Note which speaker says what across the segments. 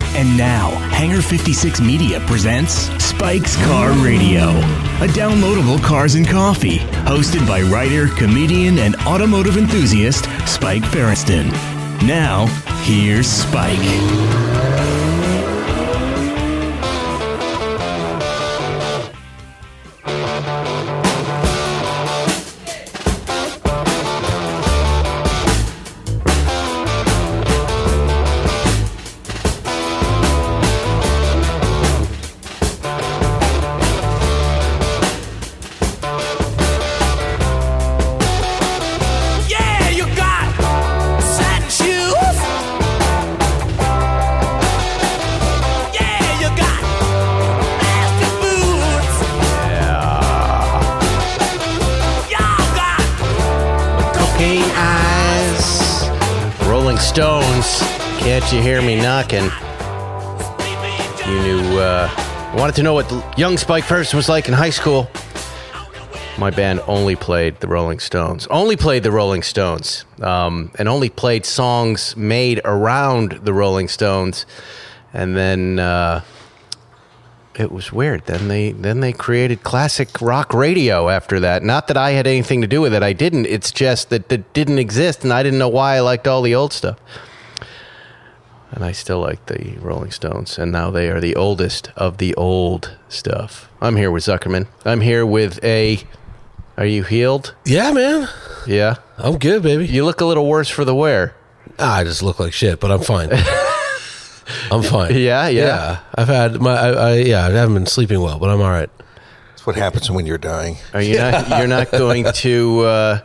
Speaker 1: And now, Hangar 56 Media presents Spike's Car Radio, a downloadable cars and coffee, hosted by writer, comedian, and automotive enthusiast Spike Ferriston. Now, here's Spike.
Speaker 2: Yeah, you got satin shoes. Yeah, you got nasty boots. Yeah. Y'all got
Speaker 3: Cocaine eyes. Rolling Stones. Can't you hear me knocking?
Speaker 2: sleepy
Speaker 3: You knew, uh, wanted to know what the young Spike Person was like in high school. My band only played the Rolling Stones. Only played the Rolling Stones. Um, and only played songs made around the Rolling Stones. And then, uh, it was weird. Then they then they created classic rock radio after that. Not that I had anything to do with it. I didn't. It's just that it didn't exist, and I didn't know why I liked all the old stuff. And I still like the Rolling Stones, and now they are the oldest of the old stuff. I'm here with Zuckerman. I'm here with a. Are you healed?
Speaker 4: Yeah, man.
Speaker 3: Yeah.
Speaker 4: I'm good, baby.
Speaker 3: You look a little worse for the wear.
Speaker 4: Ah, I just look like shit, but I'm fine. I'm fine.
Speaker 3: Yeah, yeah.
Speaker 4: I've had my, I, I, yeah, I haven't been sleeping well, but I'm all right.
Speaker 5: That's what happens when you're dying.
Speaker 3: Are you not? You're not going to. Uh,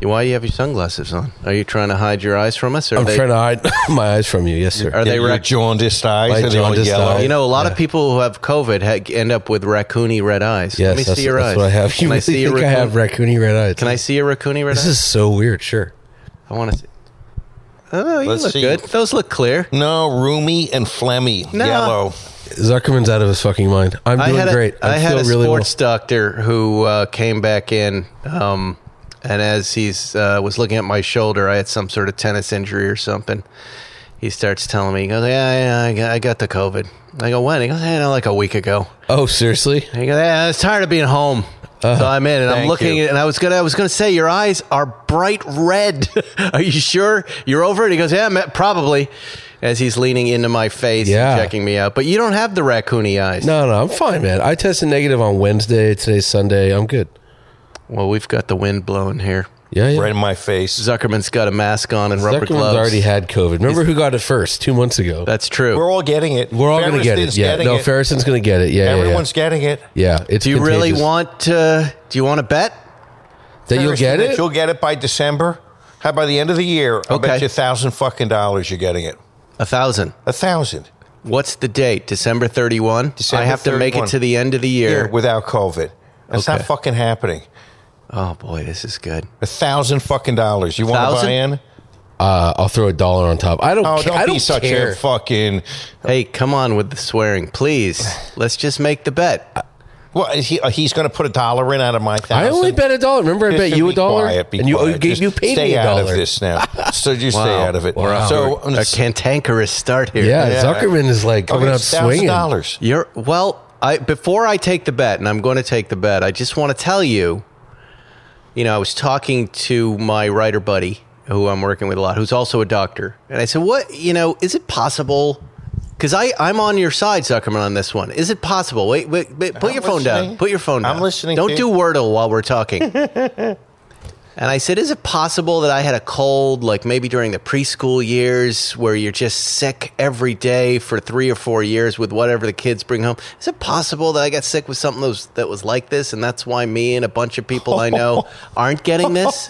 Speaker 3: why do you have your sunglasses on? Are you trying to hide your eyes from us? Or
Speaker 4: I'm
Speaker 3: they-
Speaker 4: trying to hide my eyes from you. Yes, sir.
Speaker 3: Are they
Speaker 5: Your
Speaker 3: rec-
Speaker 5: jaundiced eyes
Speaker 4: My
Speaker 5: are all
Speaker 4: jaundiced
Speaker 5: yellow.
Speaker 4: eyes.
Speaker 3: You know, a lot of people who have COVID ha- end up with raccoony red eyes.
Speaker 4: yes,
Speaker 3: Let me
Speaker 4: that's,
Speaker 3: see your
Speaker 4: that's
Speaker 3: eyes.
Speaker 4: what I have. You
Speaker 3: Can I
Speaker 4: really
Speaker 3: see your
Speaker 4: think I
Speaker 3: raccoon-
Speaker 4: have raccoony red eyes?
Speaker 3: Can I see your raccoony red
Speaker 4: This
Speaker 3: eyes?
Speaker 4: is so weird. Sure.
Speaker 3: I want to see. Oh, you
Speaker 5: Let's
Speaker 3: look
Speaker 5: see.
Speaker 3: good. Those look clear.
Speaker 5: no, roomy and phlegmy,
Speaker 3: No.
Speaker 5: yellow.
Speaker 4: Zuckerman's out of his fucking mind. I'm
Speaker 3: I
Speaker 4: doing
Speaker 3: had a,
Speaker 4: great. I'm
Speaker 3: I had a
Speaker 4: still really
Speaker 3: sports doctor who uh, came back in, um, and as he's uh, was looking at my shoulder, I had some sort of tennis injury or something. He starts telling me, he goes, "Yeah, yeah, I got, I got the COVID." I go, "When?" He goes, "I know, like a week ago."
Speaker 4: well. Oh, seriously?
Speaker 3: And he goes, "Yeah, I was tired of being home."
Speaker 4: Uh,
Speaker 3: So I'm in, and I'm
Speaker 5: Thank
Speaker 3: looking,
Speaker 5: you.
Speaker 3: and I was gonna, I was gonna say, your eyes are bright red. are you sure you're over it? He goes, "Yeah, ma- probably." As he's leaning into my face, and
Speaker 4: Yeah.
Speaker 3: checking me out. But you don't have the raccoony eyes.
Speaker 4: No, no, I'm fine, man. I tested negative on Wednesday. Today's Sunday. I'm good.
Speaker 3: Well, we've got the wind blowing here.
Speaker 4: Yeah, yeah.
Speaker 5: Right in my face.
Speaker 3: Zuckerman's got a mask on and rubber
Speaker 4: Zuckerman's
Speaker 3: gloves.
Speaker 4: already had COVID. Remember who got it first? Two months ago.
Speaker 3: That's true.
Speaker 5: We're all getting it.
Speaker 4: We're all going to get it.
Speaker 5: Ferriston's
Speaker 4: Yeah.
Speaker 5: getting
Speaker 4: No,
Speaker 5: it.
Speaker 4: Ferrison's going to get it. Yeah. yeah,
Speaker 5: Everyone's getting it.
Speaker 4: yeah. yeah. It's
Speaker 3: do you really
Speaker 4: contagious.
Speaker 3: want to? Do you want to bet?
Speaker 4: that you'll
Speaker 5: Ferriston,
Speaker 4: get
Speaker 5: that
Speaker 4: it?
Speaker 5: You'll get it by December. How by the end of the year? I
Speaker 3: Okay.
Speaker 5: bet you a thousand fucking dollars you're getting it.
Speaker 3: A thousand.
Speaker 5: A thousand.
Speaker 3: What's the date? December thirty-one.
Speaker 5: December
Speaker 3: I have to make it
Speaker 5: 31.
Speaker 3: to the end of the year.
Speaker 5: Here without COVID. That's
Speaker 3: Okay.
Speaker 5: not fucking happening.
Speaker 3: oh boy, this is good.
Speaker 5: A thousand fucking dollars. You want to
Speaker 3: Thousand?
Speaker 5: buy in?
Speaker 4: uh, I'll throw a dollar on top. I don't.
Speaker 5: Oh,
Speaker 4: ca-
Speaker 5: don't
Speaker 4: I
Speaker 5: be
Speaker 4: don't
Speaker 5: such
Speaker 4: care.
Speaker 5: a fucking.
Speaker 3: Hey, come on with the swearing, please. Let's just make the bet.
Speaker 5: Well, he, uh, he's going to put a dollar in out of my thousand.
Speaker 4: I only bet a dollar. Remember, I
Speaker 5: Just
Speaker 4: bet
Speaker 5: to
Speaker 4: you a
Speaker 5: be
Speaker 4: dollar,
Speaker 5: quiet, be
Speaker 4: and you oh,
Speaker 5: quiet.
Speaker 4: you,
Speaker 5: Just
Speaker 4: you paid
Speaker 5: stay
Speaker 4: me a
Speaker 5: out
Speaker 4: dollar.
Speaker 5: of this now. So you stay out of it.
Speaker 3: Wow.
Speaker 5: So
Speaker 3: a cantankerous start here.
Speaker 4: Yeah,
Speaker 5: Yeah.
Speaker 4: Zuckerman is like coming out swinging.
Speaker 5: dollars.
Speaker 3: You're well. I before I take the bet, and I'm going to take the bet. I just want to tell you, you know, I was talking to my writer buddy who I'm working with a lot, who's also a doctor, and I said, "What, you know, is it possible?" Because I I'm on your side, Zuckerman, on this one. Is it possible? Wait, wait, wait put
Speaker 5: I'm
Speaker 3: your phone down.
Speaker 5: listening.
Speaker 3: Put your phone down.
Speaker 5: I'm listening
Speaker 3: Don't
Speaker 5: to
Speaker 3: do
Speaker 5: you.
Speaker 3: Wordle while we're talking. and I said, "Is it possible that I had a cold, like maybe during the preschool years, where you're just sick every day for three or four years with whatever the kids bring home? Is it possible that I got sick with something that was, that was like this, and that's why me and a bunch of people I know aren't getting this?"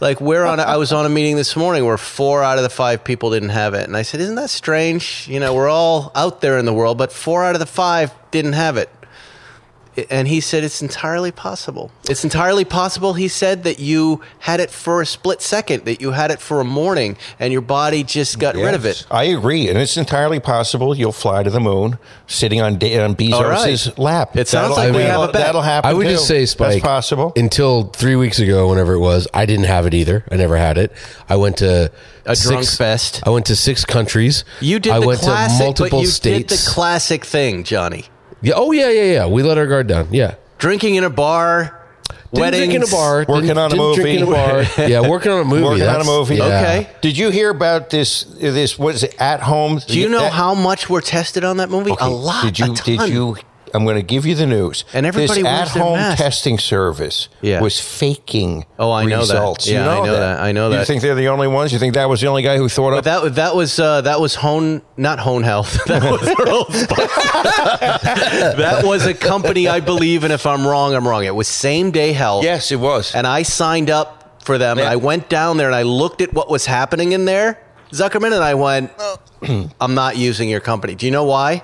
Speaker 3: Like we're on. A, I was on a meeting this morning where four out of the five people didn't have it, and I said, "Isn't that strange? You know, we're all out there in the world, but four out of the five didn't have it." and he said it's entirely possible. It's entirely possible. He said that you had it for a split second, that you had it for a morning, and your body just got rid of
Speaker 5: Yes,
Speaker 3: it.
Speaker 5: I agree, and it's entirely possible you'll fly to the moon sitting on Da- on Bezos's
Speaker 3: right.
Speaker 5: lap.
Speaker 3: It sounds
Speaker 5: That'll-
Speaker 3: like we
Speaker 5: that'll-
Speaker 3: have a bet.
Speaker 5: That'll happen.
Speaker 4: I would
Speaker 5: too.
Speaker 4: just say, Spike,
Speaker 5: That's possible.
Speaker 4: Until three weeks ago, whenever it was, I didn't have it either. I never had it. I went to
Speaker 3: A drunk fest.
Speaker 4: I went to six countries.
Speaker 3: You did
Speaker 4: I
Speaker 3: the
Speaker 4: went
Speaker 3: classic,
Speaker 4: to multiple
Speaker 3: but you
Speaker 4: states.
Speaker 3: did the classic thing, Johnny.
Speaker 4: yeah, oh yeah, yeah, yeah. We let our guard down. Yeah,
Speaker 3: Drinking in a bar,
Speaker 4: Didn't
Speaker 3: weddings.
Speaker 4: drink in a bar.
Speaker 5: Working
Speaker 4: didn't-
Speaker 5: on a
Speaker 4: didn't drink
Speaker 5: movie.
Speaker 4: in a bar. yeah, working on a movie.
Speaker 5: Working on a
Speaker 4: That's-
Speaker 5: movie.
Speaker 4: yeah.
Speaker 3: Okay.
Speaker 5: Did you hear about this? This what is it? At home.
Speaker 3: Do you know how much we're tested on that movie? a lot.
Speaker 5: Did you?
Speaker 3: a ton.
Speaker 5: Did you? I'm going to give you the news.
Speaker 3: And everybody
Speaker 5: this
Speaker 3: wears their
Speaker 5: at-home
Speaker 3: mask.
Speaker 5: testing service
Speaker 3: Yeah.
Speaker 5: was faking.
Speaker 3: Oh, I know that.
Speaker 5: results. You
Speaker 3: Yeah, I know that. I know
Speaker 5: You
Speaker 3: that.
Speaker 5: think they're the only ones? You think that was the only guy who thought
Speaker 3: But
Speaker 5: up?
Speaker 3: that that was uh, that was Hone not Hone Health. That was Earl Spence. that was a company I believe, and if I'm wrong, I'm wrong. It was same day health.
Speaker 5: Yes, it was.
Speaker 3: And I signed up for them. And
Speaker 5: Yeah.
Speaker 3: I went down there and I looked at what was happening in there. Zuckerman and I went, I'm not using your company. Do you know why?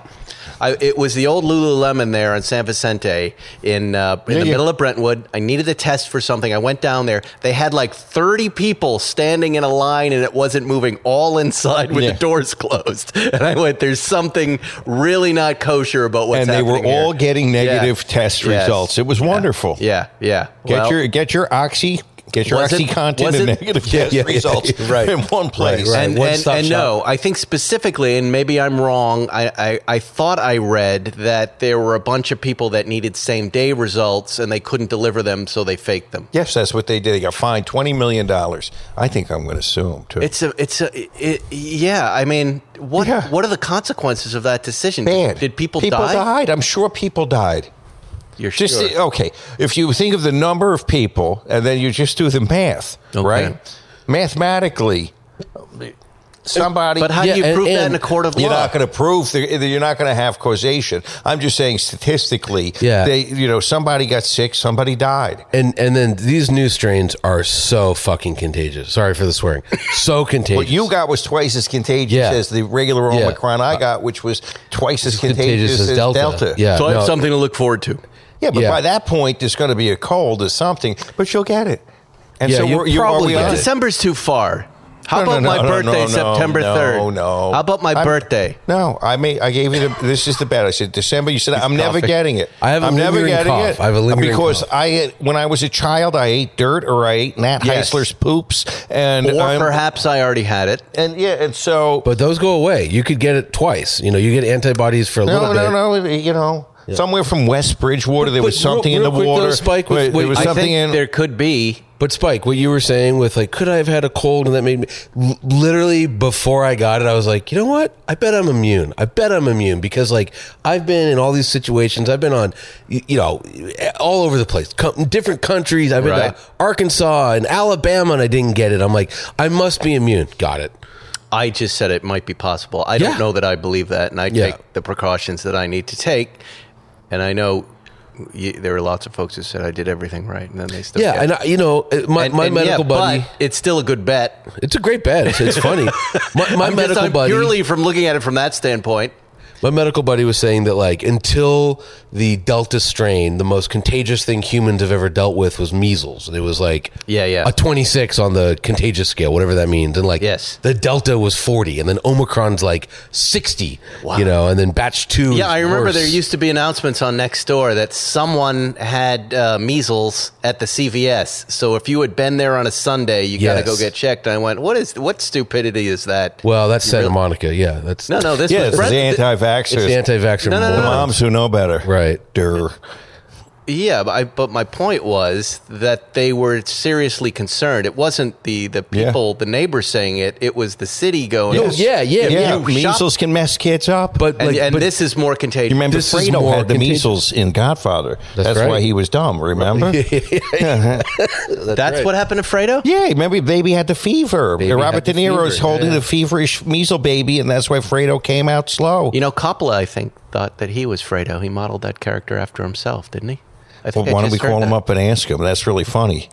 Speaker 3: I, it was the old Lululemon there in San Vicente in, uh, in the
Speaker 5: yeah.
Speaker 3: middle of Brentwood. I needed a test for something. I went down there. They had like 30 people standing in a line and it wasn't moving, all inside with
Speaker 5: Yeah.
Speaker 3: the doors closed. And I went, there's something really not kosher about what's
Speaker 5: and they
Speaker 3: happening.
Speaker 5: were all
Speaker 3: here."
Speaker 5: getting negative
Speaker 3: Yeah.
Speaker 5: test
Speaker 3: Yes.
Speaker 5: results. It was wonderful.
Speaker 3: Yeah, yeah.
Speaker 5: Get
Speaker 3: Well-
Speaker 5: your get your oxy get your
Speaker 3: Was it-
Speaker 5: oxy content
Speaker 3: was
Speaker 5: and
Speaker 3: it-
Speaker 5: negative
Speaker 3: Yeah,
Speaker 5: test
Speaker 3: yeah,
Speaker 5: results
Speaker 4: right.
Speaker 5: in one place.
Speaker 4: right.
Speaker 3: and,
Speaker 4: one
Speaker 3: and,
Speaker 4: stop
Speaker 3: and
Speaker 4: shop.
Speaker 3: no, I think specifically, and maybe I'm wrong. I, I, I thought I read that there were a bunch of people that needed same day results and they couldn't deliver them, so they faked them.
Speaker 5: Yes, that's what they did. They got fined twenty million dollars. I think I'm going to sue them too.
Speaker 3: It's a, it's a, it, yeah. I mean, what,
Speaker 5: Yeah.
Speaker 3: what are the consequences of that decision?
Speaker 5: bad.
Speaker 3: Did people,
Speaker 5: people
Speaker 3: die?
Speaker 5: died. I'm sure people died.
Speaker 3: You're
Speaker 5: Just oh,
Speaker 3: sure.
Speaker 5: okay. If you think of the number of people, and then you just do the math,
Speaker 3: Okay.
Speaker 5: right? Mathematically, somebody.
Speaker 3: but how
Speaker 4: Yeah,
Speaker 3: do you
Speaker 4: and-
Speaker 3: prove that in
Speaker 4: and
Speaker 3: a court of
Speaker 5: You're
Speaker 3: law?
Speaker 5: not going to prove the, you're not going to have causation. I'm just saying statistically,
Speaker 4: Yeah.
Speaker 5: they you know somebody got sick, somebody died.
Speaker 4: And and then these new strains are so fucking contagious. Sorry for the swearing. So contagious.
Speaker 5: What you got was twice as contagious
Speaker 4: Yeah.
Speaker 5: as the regular
Speaker 4: Yeah. Uh,
Speaker 5: Omicron I got, which was twice as contagious, as, Delta.
Speaker 4: Yeah.
Speaker 3: so I have
Speaker 4: no.
Speaker 3: something to look forward to.
Speaker 5: Yeah, but
Speaker 4: Yeah.
Speaker 5: by that point, there's going to be a cold or something, but you'll get it. And
Speaker 4: Yeah,
Speaker 5: so
Speaker 4: you'll
Speaker 5: we're, you
Speaker 4: probably
Speaker 5: probably
Speaker 4: get
Speaker 5: on
Speaker 4: it.
Speaker 5: it.
Speaker 3: December's too far. How
Speaker 5: No, no,
Speaker 3: about
Speaker 5: no,
Speaker 3: my
Speaker 5: no,
Speaker 3: birthday,
Speaker 5: no, no,
Speaker 3: September
Speaker 5: no,
Speaker 3: 3rd?
Speaker 5: No,
Speaker 3: How about my
Speaker 5: I'm-
Speaker 3: birthday?
Speaker 5: No, I made. I gave you the. This is the bet. I said December. You said I'm never
Speaker 3: coughing.
Speaker 5: getting it.
Speaker 4: I have a
Speaker 5: I'm never
Speaker 4: lingering
Speaker 5: getting
Speaker 4: cough.
Speaker 5: it.
Speaker 4: I have a lingering
Speaker 5: because
Speaker 4: cough.
Speaker 5: I when I was a child, I ate dirt or I ate Nat
Speaker 3: Yes.
Speaker 5: Heisler's poops, and
Speaker 3: Or
Speaker 5: I'm-
Speaker 3: perhaps I already had it.
Speaker 5: and yeah, and so
Speaker 4: But those go away. You could get it twice. You know, you get antibodies for a
Speaker 5: no,
Speaker 4: little
Speaker 5: no,
Speaker 4: bit.
Speaker 5: no, you know. Somewhere from West Bridgewater, there
Speaker 4: But-
Speaker 5: was
Speaker 4: but real-
Speaker 5: something
Speaker 4: real
Speaker 5: in the
Speaker 4: quick, though,
Speaker 5: water.
Speaker 4: Spike,
Speaker 5: Wait,
Speaker 4: with-
Speaker 5: there
Speaker 4: with-
Speaker 5: was
Speaker 4: I
Speaker 3: I
Speaker 5: something
Speaker 3: think
Speaker 5: in.
Speaker 3: there could be.
Speaker 4: But Spike, what you were saying with like, could I have had a cold and that made me l- literally before I got it, I was like, you know what? I bet I'm immune. I bet I'm immune because like I've been in all these situations. I've been on, y- you know, all over the place, com- different countries. I've been
Speaker 3: Right.
Speaker 4: to Arkansas and Alabama, and I didn't get it. I'm like, I must be immune. Got it.
Speaker 3: I just said it might be possible. I
Speaker 4: Yeah.
Speaker 3: don't know that I believe that, and I
Speaker 4: Yeah.
Speaker 3: take the precautions that I need to take. And I know you, there were lots of folks who said I did everything right, and then they still
Speaker 4: Yeah,
Speaker 3: get
Speaker 4: and
Speaker 3: it.
Speaker 4: I, you know, uh, my,
Speaker 3: And-
Speaker 4: my
Speaker 3: and yeah,
Speaker 4: medical buddy.
Speaker 3: but it's still a good bet.
Speaker 4: It's a great bet. It's, it's funny. My, my
Speaker 3: I'm just-
Speaker 4: medical
Speaker 3: I'm
Speaker 4: buddy.
Speaker 3: purely from looking at it from that standpoint.
Speaker 4: My medical buddy was saying that like until the Delta strain, the most contagious thing humans have ever dealt with was measles, and it was like
Speaker 3: Yeah, yeah.
Speaker 4: a twenty six on the contagious scale, whatever that means, and like
Speaker 3: Yes.
Speaker 4: the Delta was forty, and then Omicron's like sixty, you know, and then batch two.
Speaker 3: Yeah,
Speaker 4: is
Speaker 3: I remember
Speaker 4: worse.
Speaker 3: there used to be announcements on Next Door that someone had uh, measles at the CVS. So if you had been there on a Sunday, you got to
Speaker 4: Yes.
Speaker 3: go get checked. And I went, "What is what stupidity is that?"
Speaker 4: Well, that's Santa
Speaker 3: really-
Speaker 4: Monica. Yeah, that's
Speaker 3: no, no, this
Speaker 5: yeah,
Speaker 3: was
Speaker 5: it's the
Speaker 3: Brent-
Speaker 5: anti-vaxxers.
Speaker 4: it's the anti-vaxxer.
Speaker 3: No, no, no,
Speaker 5: the
Speaker 4: moron.
Speaker 5: moms who know better.
Speaker 4: Right.
Speaker 5: Durr.
Speaker 3: Yeah, but, I, but my point was that they were seriously concerned. It wasn't the, the
Speaker 5: Yeah.
Speaker 3: people, the neighbors saying it. It was the city going.
Speaker 4: Oh, yeah, yeah,
Speaker 5: Yeah,
Speaker 4: yeah.
Speaker 5: measles can mess kids up.
Speaker 4: But
Speaker 3: And,
Speaker 4: like,
Speaker 3: and
Speaker 4: but
Speaker 3: this is more contagious.
Speaker 5: you remember
Speaker 4: this is
Speaker 5: Fredo
Speaker 4: more
Speaker 5: had the
Speaker 4: contagious.
Speaker 5: measles in Godfather.
Speaker 4: That's
Speaker 5: That's,
Speaker 4: right.
Speaker 5: why he was dumb. Remember?
Speaker 3: That's what happened to Fredo?
Speaker 5: yeah, remember baby had the fever. Robert
Speaker 4: had
Speaker 5: De
Speaker 4: the
Speaker 5: Niro's
Speaker 4: fever,
Speaker 5: holding
Speaker 4: yeah.
Speaker 5: the feverish measles baby, and that's why Fredo came out slow.
Speaker 3: You know, Coppola, I think, thought that he was Fredo. He modeled that character after himself, didn't he? I
Speaker 5: well,
Speaker 3: think I
Speaker 5: why don't
Speaker 3: just
Speaker 5: we
Speaker 3: heard
Speaker 5: call him
Speaker 3: that.
Speaker 5: up and ask him? That's really funny.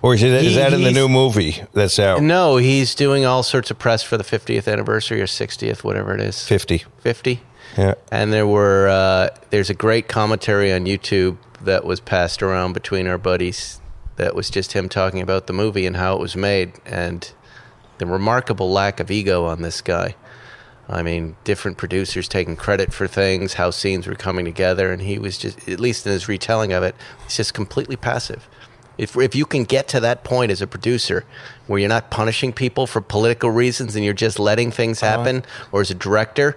Speaker 5: Or is, it, is
Speaker 3: He-
Speaker 5: that in the
Speaker 3: he's-
Speaker 5: new movie that's out?
Speaker 3: No, he's doing all sorts of press for the 50th anniversary or 60th, whatever it is.
Speaker 5: 50.
Speaker 3: 50.
Speaker 5: Yeah.
Speaker 3: And there were uh, there's a great commentary on YouTube that was passed around between our buddies that was just him talking about the movie and how it was made and the remarkable lack of ego on this guy. I mean, different producers taking credit for things, how scenes were coming together, and he was just, at least in his retelling of it, he's just completely passive. If, if you can get to that point as a producer where you're not punishing people for political reasons and you're just letting things happen, or as a director,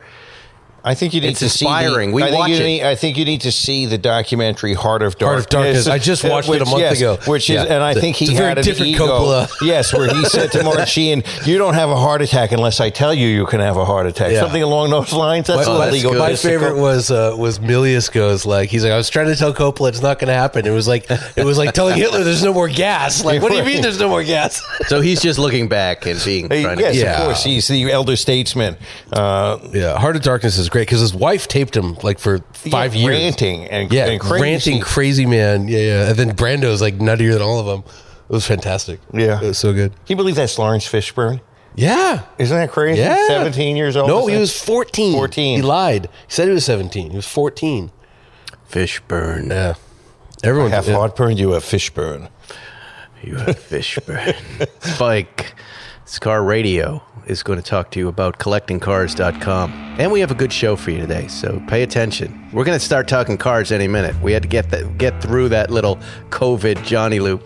Speaker 5: I think you need
Speaker 3: It's
Speaker 5: to see.
Speaker 3: inspiring. We
Speaker 5: I think
Speaker 3: watch
Speaker 5: you
Speaker 3: it.
Speaker 5: Need, I think you need to see the documentary "Heart of Darkness." Uh,
Speaker 4: Heart of Darkness. I just watched it a
Speaker 5: which-
Speaker 4: month
Speaker 5: yes,
Speaker 4: ago.
Speaker 5: Which is,
Speaker 4: Yeah.
Speaker 5: and I
Speaker 4: It's a-
Speaker 5: think he
Speaker 4: it's a very
Speaker 5: had an
Speaker 4: different
Speaker 5: ego.
Speaker 4: Coppola.
Speaker 5: Yes, where he said to Martin Sheen, "You don't have a heart attack unless I tell you you can have a heart attack."
Speaker 4: Yeah.
Speaker 5: Something along those lines.
Speaker 4: My,
Speaker 5: That's
Speaker 3: Oh,
Speaker 5: not
Speaker 4: my-
Speaker 3: that's
Speaker 5: legal.
Speaker 3: good.
Speaker 4: my
Speaker 5: That's a co-
Speaker 4: favorite was uh, was Milius goes like he's like I was trying to tell Coppola it's not going to happen. It was like it was like telling Hitler there's no more gas. Like what do you mean there's no more gas?
Speaker 3: so he's just looking back and being
Speaker 5: Hey,
Speaker 3: trying
Speaker 5: yes,
Speaker 3: to,
Speaker 4: Yeah.
Speaker 5: of course. He's the elder statesman. Uh,
Speaker 4: yeah, Heart of Darkness is great because his wife taped him like for five
Speaker 5: yeah,
Speaker 4: years.
Speaker 5: ranting and,
Speaker 4: yeah,
Speaker 5: and crazy.
Speaker 4: ranting crazy man. Yeah, yeah. And then Brando's like nuttier than all of them. It was fantastic.
Speaker 5: Yeah.
Speaker 4: it was so good.
Speaker 5: Can you believe that's Lawrence Fishburne?
Speaker 4: Yeah,
Speaker 5: Isn't that crazy?
Speaker 4: yeah.
Speaker 5: Seventeen years old.
Speaker 4: No,
Speaker 5: It's
Speaker 4: he
Speaker 5: like-
Speaker 4: was fourteen.
Speaker 5: 14.
Speaker 4: He lied. He said he was seventeen. He was fourteen.
Speaker 3: Fishburne.
Speaker 4: Yeah. Everyone
Speaker 5: half Hartburn. You have Fishburne.
Speaker 3: You have Fishburne. Spike, Scar Radio is going to talk to you about collectingcars.com. And we have a good show for you today, so pay attention. We're going to start talking cars any minute. We had to get that, get through that little COVID Johnny loop.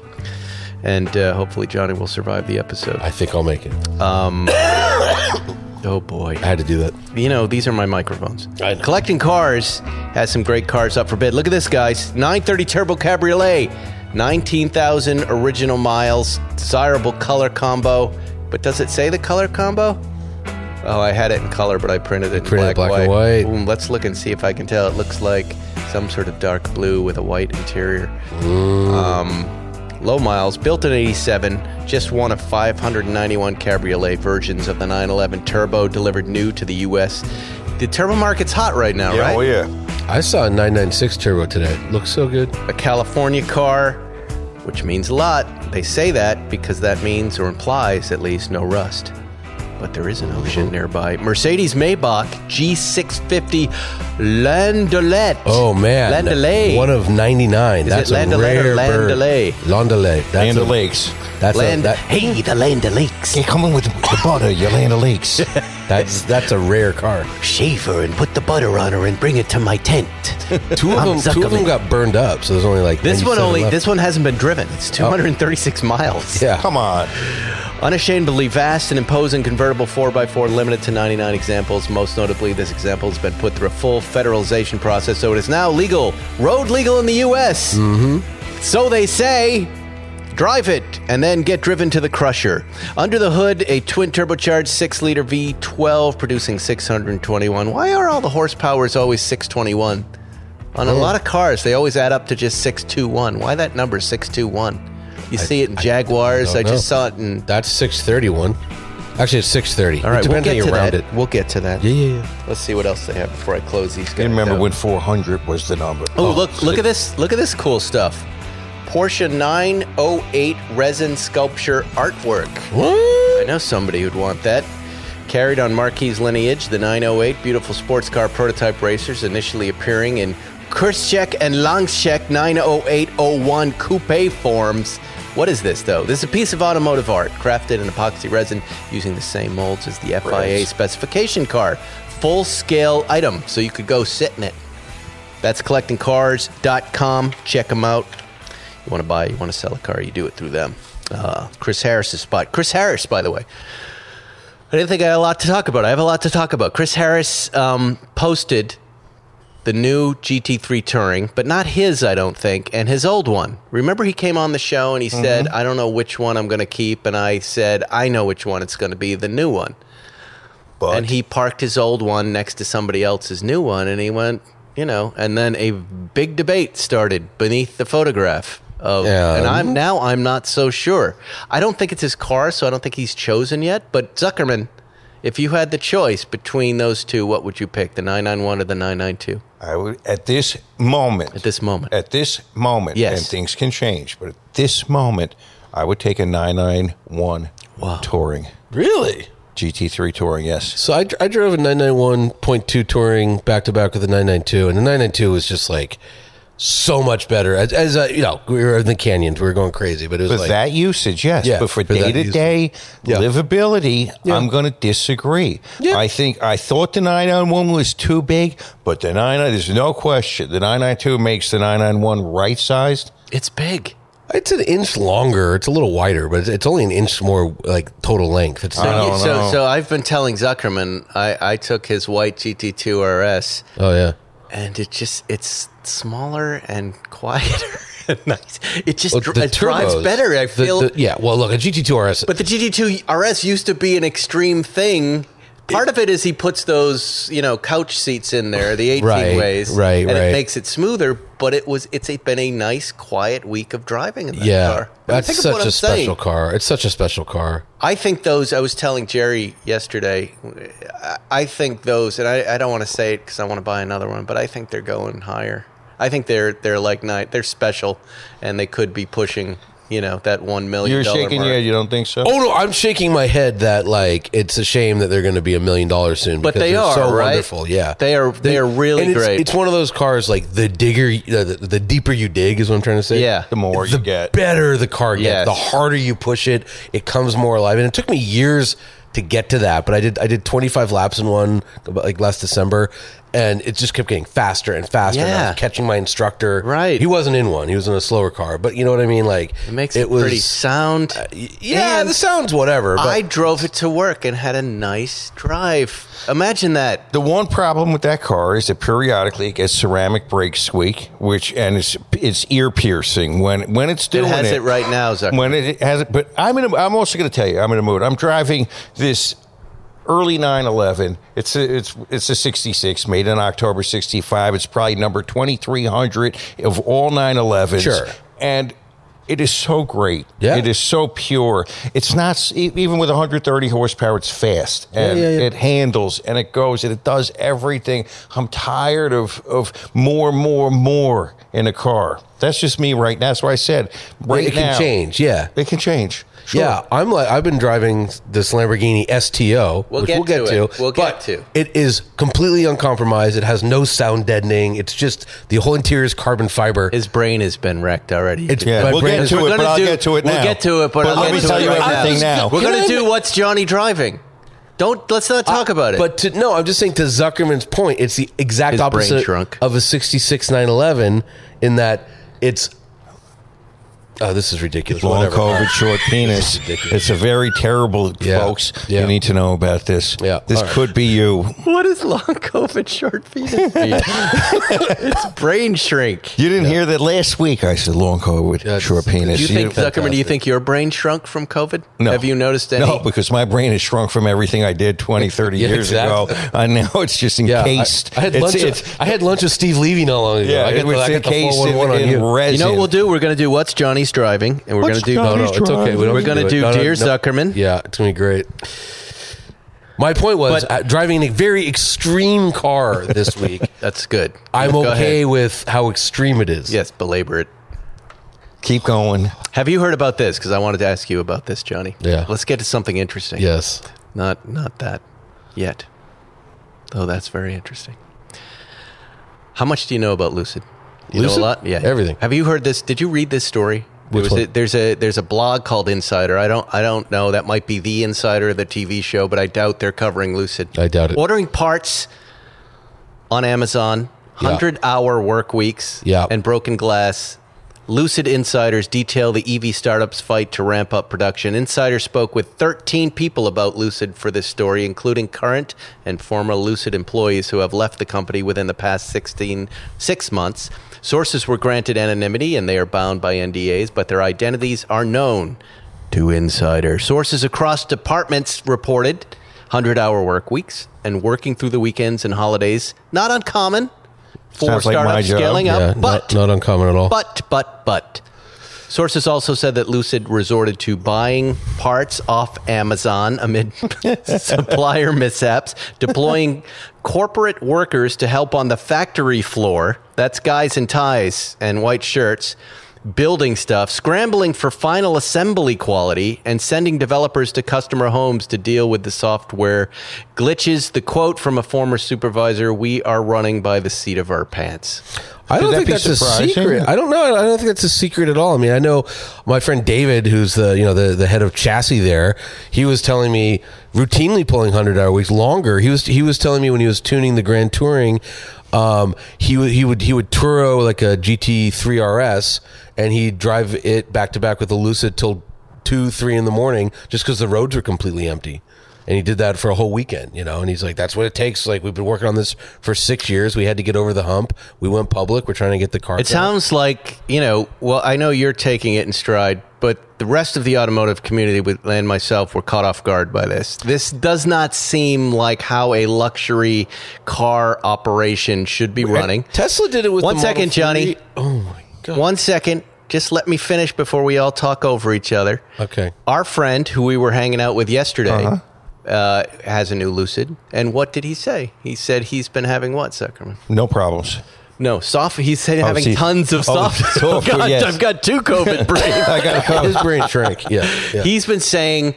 Speaker 3: And uh, hopefully, Johnny will survive the episode.
Speaker 4: I think I'll make it.
Speaker 3: Oh boy.
Speaker 4: I had to do that.
Speaker 3: You know, these are my microphones.
Speaker 4: I know.
Speaker 3: Collecting cars has some great cars up for bid. Look at this, guys. 930 Turbo Cabriolet. 19,000 original miles. Desirable color combo. But does it say the color combo? Oh, I had it in color, but I printed it in
Speaker 4: printed
Speaker 3: black,
Speaker 4: it black and white.
Speaker 3: Boom, let's look and see if I can tell. It looks like some sort of dark blue with a white interior. Um, low miles, built in 87, just one of 591 Cabriolet versions of the 911 Turbo delivered new to the U.S. The turbo market's hot right now, right?
Speaker 5: Oh yeah.
Speaker 4: I saw a 996 turbo today. Looks so good.
Speaker 3: a California car, which means a lot. They say that because that means or implies at least no rust. But there is an
Speaker 4: Mm-hmm.
Speaker 3: ocean nearby. Mercedes Maybach G650 Landolet.
Speaker 4: Oh man,
Speaker 3: Landolet.
Speaker 4: one of 99.
Speaker 3: Is
Speaker 4: That's
Speaker 3: it
Speaker 4: a
Speaker 3: Landolet or
Speaker 4: rare bird.
Speaker 3: Landolet?
Speaker 4: Landolet. That's
Speaker 5: Land
Speaker 4: a,
Speaker 5: of Lakes.
Speaker 4: That's
Speaker 3: Land-
Speaker 4: a, that,
Speaker 3: hey, the Landolettes.
Speaker 5: Hey, come in with the butter. You Land of Lakes.
Speaker 4: that's that's a rare car.
Speaker 3: Shave her and put the butter on her and bring it to my tent.
Speaker 4: Two of
Speaker 3: I'm
Speaker 4: them, two of them
Speaker 3: Zuckerman.
Speaker 4: got burned up. So there's only like
Speaker 3: This one
Speaker 4: 97
Speaker 3: only.
Speaker 4: left. Oh.
Speaker 3: This one hasn't been driven. It's 236 miles.
Speaker 4: yeah.
Speaker 5: Come on.
Speaker 3: Unashamedly vast and imposing convertible 4x4 limited to 99 examples. Most notably, this example has been put through a full federalization process, so it is now legal, road legal in the U.S. Mm-hmm. So they say. Drive it and then get driven to the crusher. Under the hood, a twin turbocharged 6 liter V12 producing 621. Why are all the horsepowers always 621? On a lot of cars, they always add up to just 621. Why that number 621? You see it in Jaguars. I,
Speaker 4: don't
Speaker 3: just
Speaker 4: know.
Speaker 3: saw it in
Speaker 4: That's 631. Actually, it's 630.
Speaker 3: all right,
Speaker 4: it depends
Speaker 3: we'll
Speaker 4: on
Speaker 3: get
Speaker 4: you
Speaker 3: to
Speaker 4: round
Speaker 3: that.
Speaker 4: it.
Speaker 3: We'll get to that.
Speaker 4: Yeah, yeah, yeah.
Speaker 3: Let's see what else they have before I close these guys.
Speaker 5: You remember
Speaker 3: out.
Speaker 5: when 400 was the number?
Speaker 3: Oh, look! Look at this! Look at this cool stuff. Porsche 908 resin sculpture artwork. I know somebody who'd want that. Carried on Marquis lineage, the 908 beautiful sports car prototype racers initially appearing in Kurschek and oh Langschek 90801 coupe forms. What is this though? This is a piece of automotive art crafted in epoxy resin using the same molds as the FIA specification car. Full scale item, so you could go sit in it. That's collectingcars.com. Check them out. You want to buy, you want to sell a car, you do it through them. Uh, Chris Harris's spot. Chris Harris, by the way. I didn't think I had a lot to talk about. I have a lot to talk about. Chris Harris um, posted the new GT3 Touring, but not his, I don't think, and his old one. Remember, he came on the show and he said, I don't know which one I'm going to keep. And I said, I know which one it's going to be, the new one.
Speaker 5: But
Speaker 3: And he parked his old one next to somebody else's new one, and he went, you know. And then a big debate started beneath the photograph. Of,
Speaker 4: Yeah.
Speaker 3: And I'm now I'm not so sure. I don't think it's his car, so I don't think he's chosen yet. But Zuckerman, if you had the choice between those two, what would you pick, the 991 or the 992?
Speaker 5: I would, at this moment,
Speaker 3: At this moment,
Speaker 5: at this moment,
Speaker 3: Yes.
Speaker 5: and things can change, but at this moment, I would take a 991
Speaker 3: Wow.
Speaker 5: touring.
Speaker 4: Really?
Speaker 5: GT3 touring, yes.
Speaker 4: So I, dr- I drove a 991.2 touring back to back with the 992, and the 992 was just like so much better. As, as uh, you know, we were in the canyons, we were going crazy, but it was
Speaker 5: For
Speaker 4: like
Speaker 5: that usage, yes.
Speaker 4: Yeah,
Speaker 5: but for
Speaker 4: for that
Speaker 5: day to day
Speaker 4: Yeah.
Speaker 5: livability, I'm going to disagree.
Speaker 4: Yeah.
Speaker 5: I think I thought the 991 was too big, but the 99, there's no question, the 992 makes the 991 right sized.
Speaker 3: It's big.
Speaker 4: it's an inch longer, it's a little wider, but it's, it's only an inch more like total length. It's
Speaker 5: I
Speaker 4: not,
Speaker 5: don't
Speaker 3: so,
Speaker 5: know.
Speaker 3: so I've been telling Zuckerman I, I took his white GT2 RS
Speaker 4: oh yeah,
Speaker 3: and it just it's smaller and quieter and nice. It just
Speaker 4: Well,
Speaker 3: dri- it drives
Speaker 4: turbos,
Speaker 3: better. I
Speaker 4: the-
Speaker 3: feel,
Speaker 4: the- yeah. Well, look, a GT2 RS,
Speaker 3: but the GT2 RS used to be an extreme thing. Part of it is he puts those you know couch seats in there, the eighteen
Speaker 4: Right,
Speaker 3: ways,
Speaker 4: right,
Speaker 3: and it
Speaker 4: right.
Speaker 3: makes it smoother. But it was it's a, been a nice, quiet week of driving in that
Speaker 4: yeah,
Speaker 3: car. I mean,
Speaker 4: that's
Speaker 3: think of
Speaker 4: such
Speaker 3: what
Speaker 4: a
Speaker 3: I'm
Speaker 4: special
Speaker 3: saying.
Speaker 4: car. It's such a special car.
Speaker 3: I think those. I was telling Jerry yesterday. I- I think those, and I, I don't want to say it because I want to buy another one, but I think they're going higher. I think they're they're like night. They're special, and they could be pushing. You know that one million.
Speaker 5: You're
Speaker 3: dollar
Speaker 5: shaking
Speaker 3: mark.
Speaker 5: your head, you don't think so?
Speaker 4: Oh no, I'm shaking my head that like it's a shame that they're going to be a million dollars soon.
Speaker 3: But
Speaker 4: because
Speaker 3: they
Speaker 4: they're
Speaker 3: are,
Speaker 4: so
Speaker 3: right?
Speaker 4: wonderful. Yeah,
Speaker 3: They are- they are really
Speaker 4: and it's-
Speaker 3: great.
Speaker 4: It's one of those cars like the digger, uh, the, the deeper you dig is what I'm trying to say.
Speaker 3: Yeah.
Speaker 5: the more
Speaker 4: the
Speaker 5: you get.
Speaker 4: better the car gets,
Speaker 3: Yes.
Speaker 4: the harder you push it, it comes more alive. And it took me years to get to that, but I did. I did 25 laps in one about, like last December, and it just kept getting faster and faster. And I
Speaker 3: Yeah.
Speaker 4: was catching my instructor.
Speaker 3: Right.
Speaker 4: he wasn't in one; he was in a slower car. But you know what I mean? Like
Speaker 3: It makes it, pretty sound.
Speaker 4: Yeah,
Speaker 3: And
Speaker 4: the sound's whatever. But
Speaker 3: I drove it to work and had a nice drive. Imagine that.
Speaker 5: The one problem with that car is that periodically it gets ceramic brake squeak, which and it's it's ear piercing when when it's
Speaker 3: It
Speaker 5: doing
Speaker 3: has it right now, Zucker.
Speaker 5: When it has it, but I'm in. A, I'm also going to tell you, I'm in a mood. I'm driving this early 911. It's a, it's it's a 66 made in October 65. It's probably number 2300 of all 911s.
Speaker 4: Sure.
Speaker 5: and. It is so great.
Speaker 4: Yeah.
Speaker 5: It is so pure. It's not s- e- even with 130 horsepower. It's fast and
Speaker 4: yeah, yeah.
Speaker 5: it handles and it goes and it does everything. I'm tired of of more, more, more in a car. That's just me right now. That's why I said right
Speaker 4: it can
Speaker 5: now
Speaker 4: change. Yeah.
Speaker 5: It can change. Sure.
Speaker 4: Yeah, I'm like I've been driving this Lamborghini STO,
Speaker 3: We'll
Speaker 4: which
Speaker 3: get
Speaker 4: we'll get
Speaker 3: to
Speaker 4: to.
Speaker 3: it. We'll
Speaker 4: but
Speaker 3: get to.
Speaker 4: It is completely uncompromised. It has no sound deadening. It's just the whole interior is carbon fiber.
Speaker 3: His brain has been wrecked already.
Speaker 4: It's
Speaker 5: Yeah,
Speaker 4: my
Speaker 5: we'll
Speaker 4: brain
Speaker 5: get
Speaker 4: is-
Speaker 5: to
Speaker 3: We're
Speaker 5: it, but
Speaker 3: gonna
Speaker 5: I'll
Speaker 3: do-
Speaker 5: get to it now.
Speaker 3: we'll get to it, but I'll
Speaker 5: let
Speaker 3: get
Speaker 5: me
Speaker 3: to
Speaker 5: tell
Speaker 3: it
Speaker 5: you
Speaker 3: right now.
Speaker 5: everything now.
Speaker 3: We're going
Speaker 4: Can I
Speaker 3: to do
Speaker 4: make-
Speaker 3: what's Johnny driving. Don't let's not
Speaker 5: Uh,
Speaker 3: talk about it.
Speaker 4: But to, no, I'm just saying to Zuckerman's point, it's the exact
Speaker 3: His brain
Speaker 4: opposite
Speaker 3: shrunk.
Speaker 4: of a 66 911 in that it's. Oh, this is ridiculous.
Speaker 5: Long
Speaker 4: Whatever.
Speaker 5: COVID, short penis. It's a very terrible,
Speaker 4: Yeah.
Speaker 5: folks.
Speaker 4: Yeah.
Speaker 5: You need to know about this.
Speaker 4: Yeah.
Speaker 5: This
Speaker 4: All right.
Speaker 5: could be you.
Speaker 3: what is long COVID short fetus? it's brain shrink.
Speaker 5: You didn't hear that last week. I said long COVID,
Speaker 4: That's-
Speaker 5: short
Speaker 3: Do
Speaker 5: penis.
Speaker 3: you think Zuckerman? Do you
Speaker 4: fantastic.
Speaker 3: think your brain shrunk from COVID?
Speaker 5: No.
Speaker 3: Have you noticed any?
Speaker 5: No, because my brain has shrunk from everything I did 20, 30
Speaker 4: Yeah,
Speaker 5: years
Speaker 4: exactly.
Speaker 5: ago. I know it's just
Speaker 4: Yeah, I,
Speaker 5: encased.
Speaker 4: I had
Speaker 5: It's-
Speaker 4: lunch.
Speaker 5: it's-
Speaker 4: I had lunch with Steve Levy not long ago.
Speaker 5: yeah,
Speaker 4: I got
Speaker 5: it was
Speaker 4: the, I got the
Speaker 5: encased in,
Speaker 4: 411 on
Speaker 5: in
Speaker 4: you.
Speaker 5: resin.
Speaker 3: You know what we'll do? We're going to do what's Johnny's driving, and we're going to
Speaker 5: What's
Speaker 3: do.
Speaker 5: Johnny's
Speaker 4: No, no, it's okay. We don't
Speaker 3: We're
Speaker 4: have to
Speaker 3: gonna
Speaker 4: it.
Speaker 3: do
Speaker 4: No, no,
Speaker 3: Dear
Speaker 4: no.
Speaker 3: Zuckerman.
Speaker 4: Yeah, it's gonna be great. My point was
Speaker 3: But-
Speaker 4: uh, driving a very extreme car this week.
Speaker 3: That's good.
Speaker 4: I'm
Speaker 3: Go
Speaker 4: okay
Speaker 3: ahead.
Speaker 4: with how extreme it is.
Speaker 3: Yes, belabor it.
Speaker 5: Keep going.
Speaker 3: Have you heard about this? Because I wanted to ask you about this, Johnny.
Speaker 4: Yeah.
Speaker 3: Let's get to something interesting.
Speaker 4: Yes.
Speaker 3: Not not that yet. Though that's very interesting. How much do you know about Lucid? You
Speaker 4: Lucid?
Speaker 3: know a lot? Yeah.
Speaker 4: Everything.
Speaker 3: Have you heard this? Did you read this story? There was
Speaker 4: Which one?
Speaker 3: A, there's a there's a blog called Insider. I don't I don't know. That might be the Insider, the TV show, but I doubt they're covering Lucid.
Speaker 4: I doubt it.
Speaker 3: Ordering parts on Amazon,
Speaker 4: Yeah.
Speaker 3: hundred hour work weeks,
Speaker 4: Yeah.
Speaker 3: and broken glass. Lucid insiders detail the EV startup's fight to ramp up production. Insider spoke with 13 people about Lucid for this story, including current and former Lucid employees who have left the company within the past 16 six months. Sources were granted anonymity and they are bound by NDAs, but their identities are known to insider. Sources across departments reported 100-hour work weeks and working through the weekends and holidays, not uncommon for
Speaker 5: Sounds like
Speaker 3: startups
Speaker 5: my job.
Speaker 3: scaling up,
Speaker 4: Yeah,
Speaker 3: but
Speaker 4: not, not uncommon at all.
Speaker 3: but, but, but. Sources also said that Lucid resorted to buying parts off Amazon amid supplier mishaps, deploying corporate workers to help on the factory floor. That's guys in ties and white shirts. building stuff, scrambling for final assembly quality, and sending developers to customer homes to deal with the software glitches. The quote from a former supervisor We are running by the seat of our pants.
Speaker 4: I don't
Speaker 5: that
Speaker 4: think
Speaker 5: be
Speaker 4: that's a
Speaker 5: surprising?
Speaker 4: secret. I don't know. I don't think that's a secret at all. I mean, I know my friend David, who's the you know the, the head of chassis there. He was telling me routinely pulling hundred hour weeks longer. He was he was telling me when he was tuning the Grand Touring, um, he would he would he would Turo like a GT3 RS and he'd drive it back to back with a Lucid till two three in the morning just because the roads were completely empty. And he did that for a whole weekend, you know. And he's like, "That's what it takes." Like we've been working on this for six years. We had to get over the hump. We went public. We're trying to get the car.
Speaker 3: It sounds like, you know, well, I know you're taking it in stride, but the rest of the automotive community with- and myself were caught off guard by this. This does not seem like how a luxury car operation should be running.
Speaker 4: Tesla did it with
Speaker 3: One
Speaker 4: the Model
Speaker 3: second, Johnny.
Speaker 4: 3. Oh my god.
Speaker 3: One second. Just let me finish before we all talk over each other.
Speaker 4: Okay.
Speaker 3: Our friend who we were hanging out with yesterday uh
Speaker 5: Uh-huh.
Speaker 3: has a new Lucid. And what did he say? He said he's been having what, Zuckerman?
Speaker 5: No problems.
Speaker 3: No, soft. He's saying having
Speaker 5: see.
Speaker 3: tons of
Speaker 5: Oh,
Speaker 3: soft.
Speaker 5: soft,
Speaker 3: God,
Speaker 5: yes.
Speaker 3: I've got two COVID brains.
Speaker 5: I got to come.
Speaker 4: His brain shrank. Yeah. yeah.
Speaker 3: He's been saying,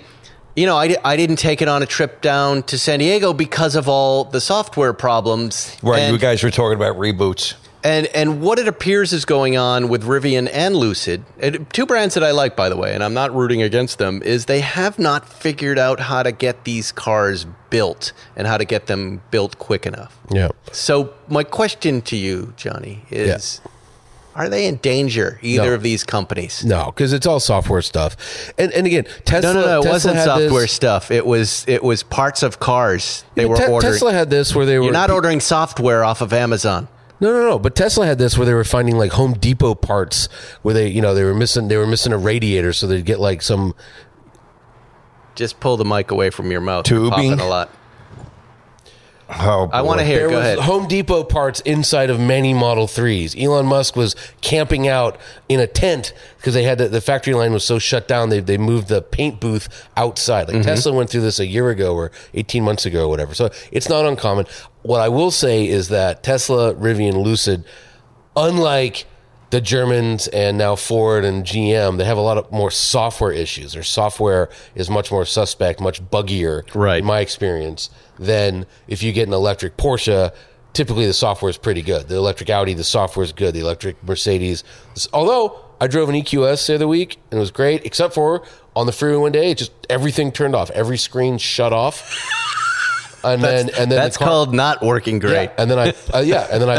Speaker 3: you know, I, di- I didn't take it on a trip down to San Diego because of all the software problems.
Speaker 5: Right,
Speaker 3: and,
Speaker 5: you guys were talking about reboots.
Speaker 3: And, and what it appears is going on with Rivian and Lucid, and two brands that I like, by the way, and I'm not rooting against them, is they have not figured out how to get these cars built and how to get them built quick enough.
Speaker 4: yeah.
Speaker 3: So my question to you, Johnny, is are they in danger, either
Speaker 4: No.
Speaker 3: of these companies?
Speaker 4: No, because it's all software stuff. And and again, Tesla.
Speaker 3: No, no, no. It
Speaker 4: Tesla
Speaker 3: wasn't
Speaker 4: had this-
Speaker 3: software stuff. It was it was parts of cars they were
Speaker 4: Te-
Speaker 3: ordering.
Speaker 4: Tesla had this where they were
Speaker 3: You're not ordering software off of Amazon.
Speaker 4: No, no, no. But Tesla had this where they were finding like Home Depot parts where they, you know, they were missing they were missing a radiator, so they'd get like some.
Speaker 3: Just pull the mic away from your mouth. You're
Speaker 5: Tubing?
Speaker 3: popping a lot.
Speaker 5: Oh,
Speaker 3: I want to
Speaker 5: boy.
Speaker 3: hear.
Speaker 4: There
Speaker 3: Go
Speaker 4: was
Speaker 3: ahead.
Speaker 4: Home Depot parts inside of many Model Threes. Elon Musk was camping out in a tent because they had the, the factory line was so shut down. They, they moved the paint booth outside.
Speaker 3: Mm-hmm.
Speaker 4: Like Tesla went through this a year ago or eighteen months ago or whatever. So it's not uncommon. What I will say is that Tesla, Rivian, Lucid, unlike the Germans and now Ford and GM, they have a lot of more software issues. Their software is much more suspect, much buggier,
Speaker 3: Right.
Speaker 4: in my experience, than if you get an electric Porsche. Typically, the software is pretty good. The electric Audi, the software is good. The electric Mercedes. Although I drove an EQS the other week and it was great, except for on the freeway one day, it just everything turned off. Every screen shut off. And then, and then the
Speaker 3: That's
Speaker 4: car-
Speaker 3: called not working great.
Speaker 4: yeah, and then I, uh, yeah, and then I, I,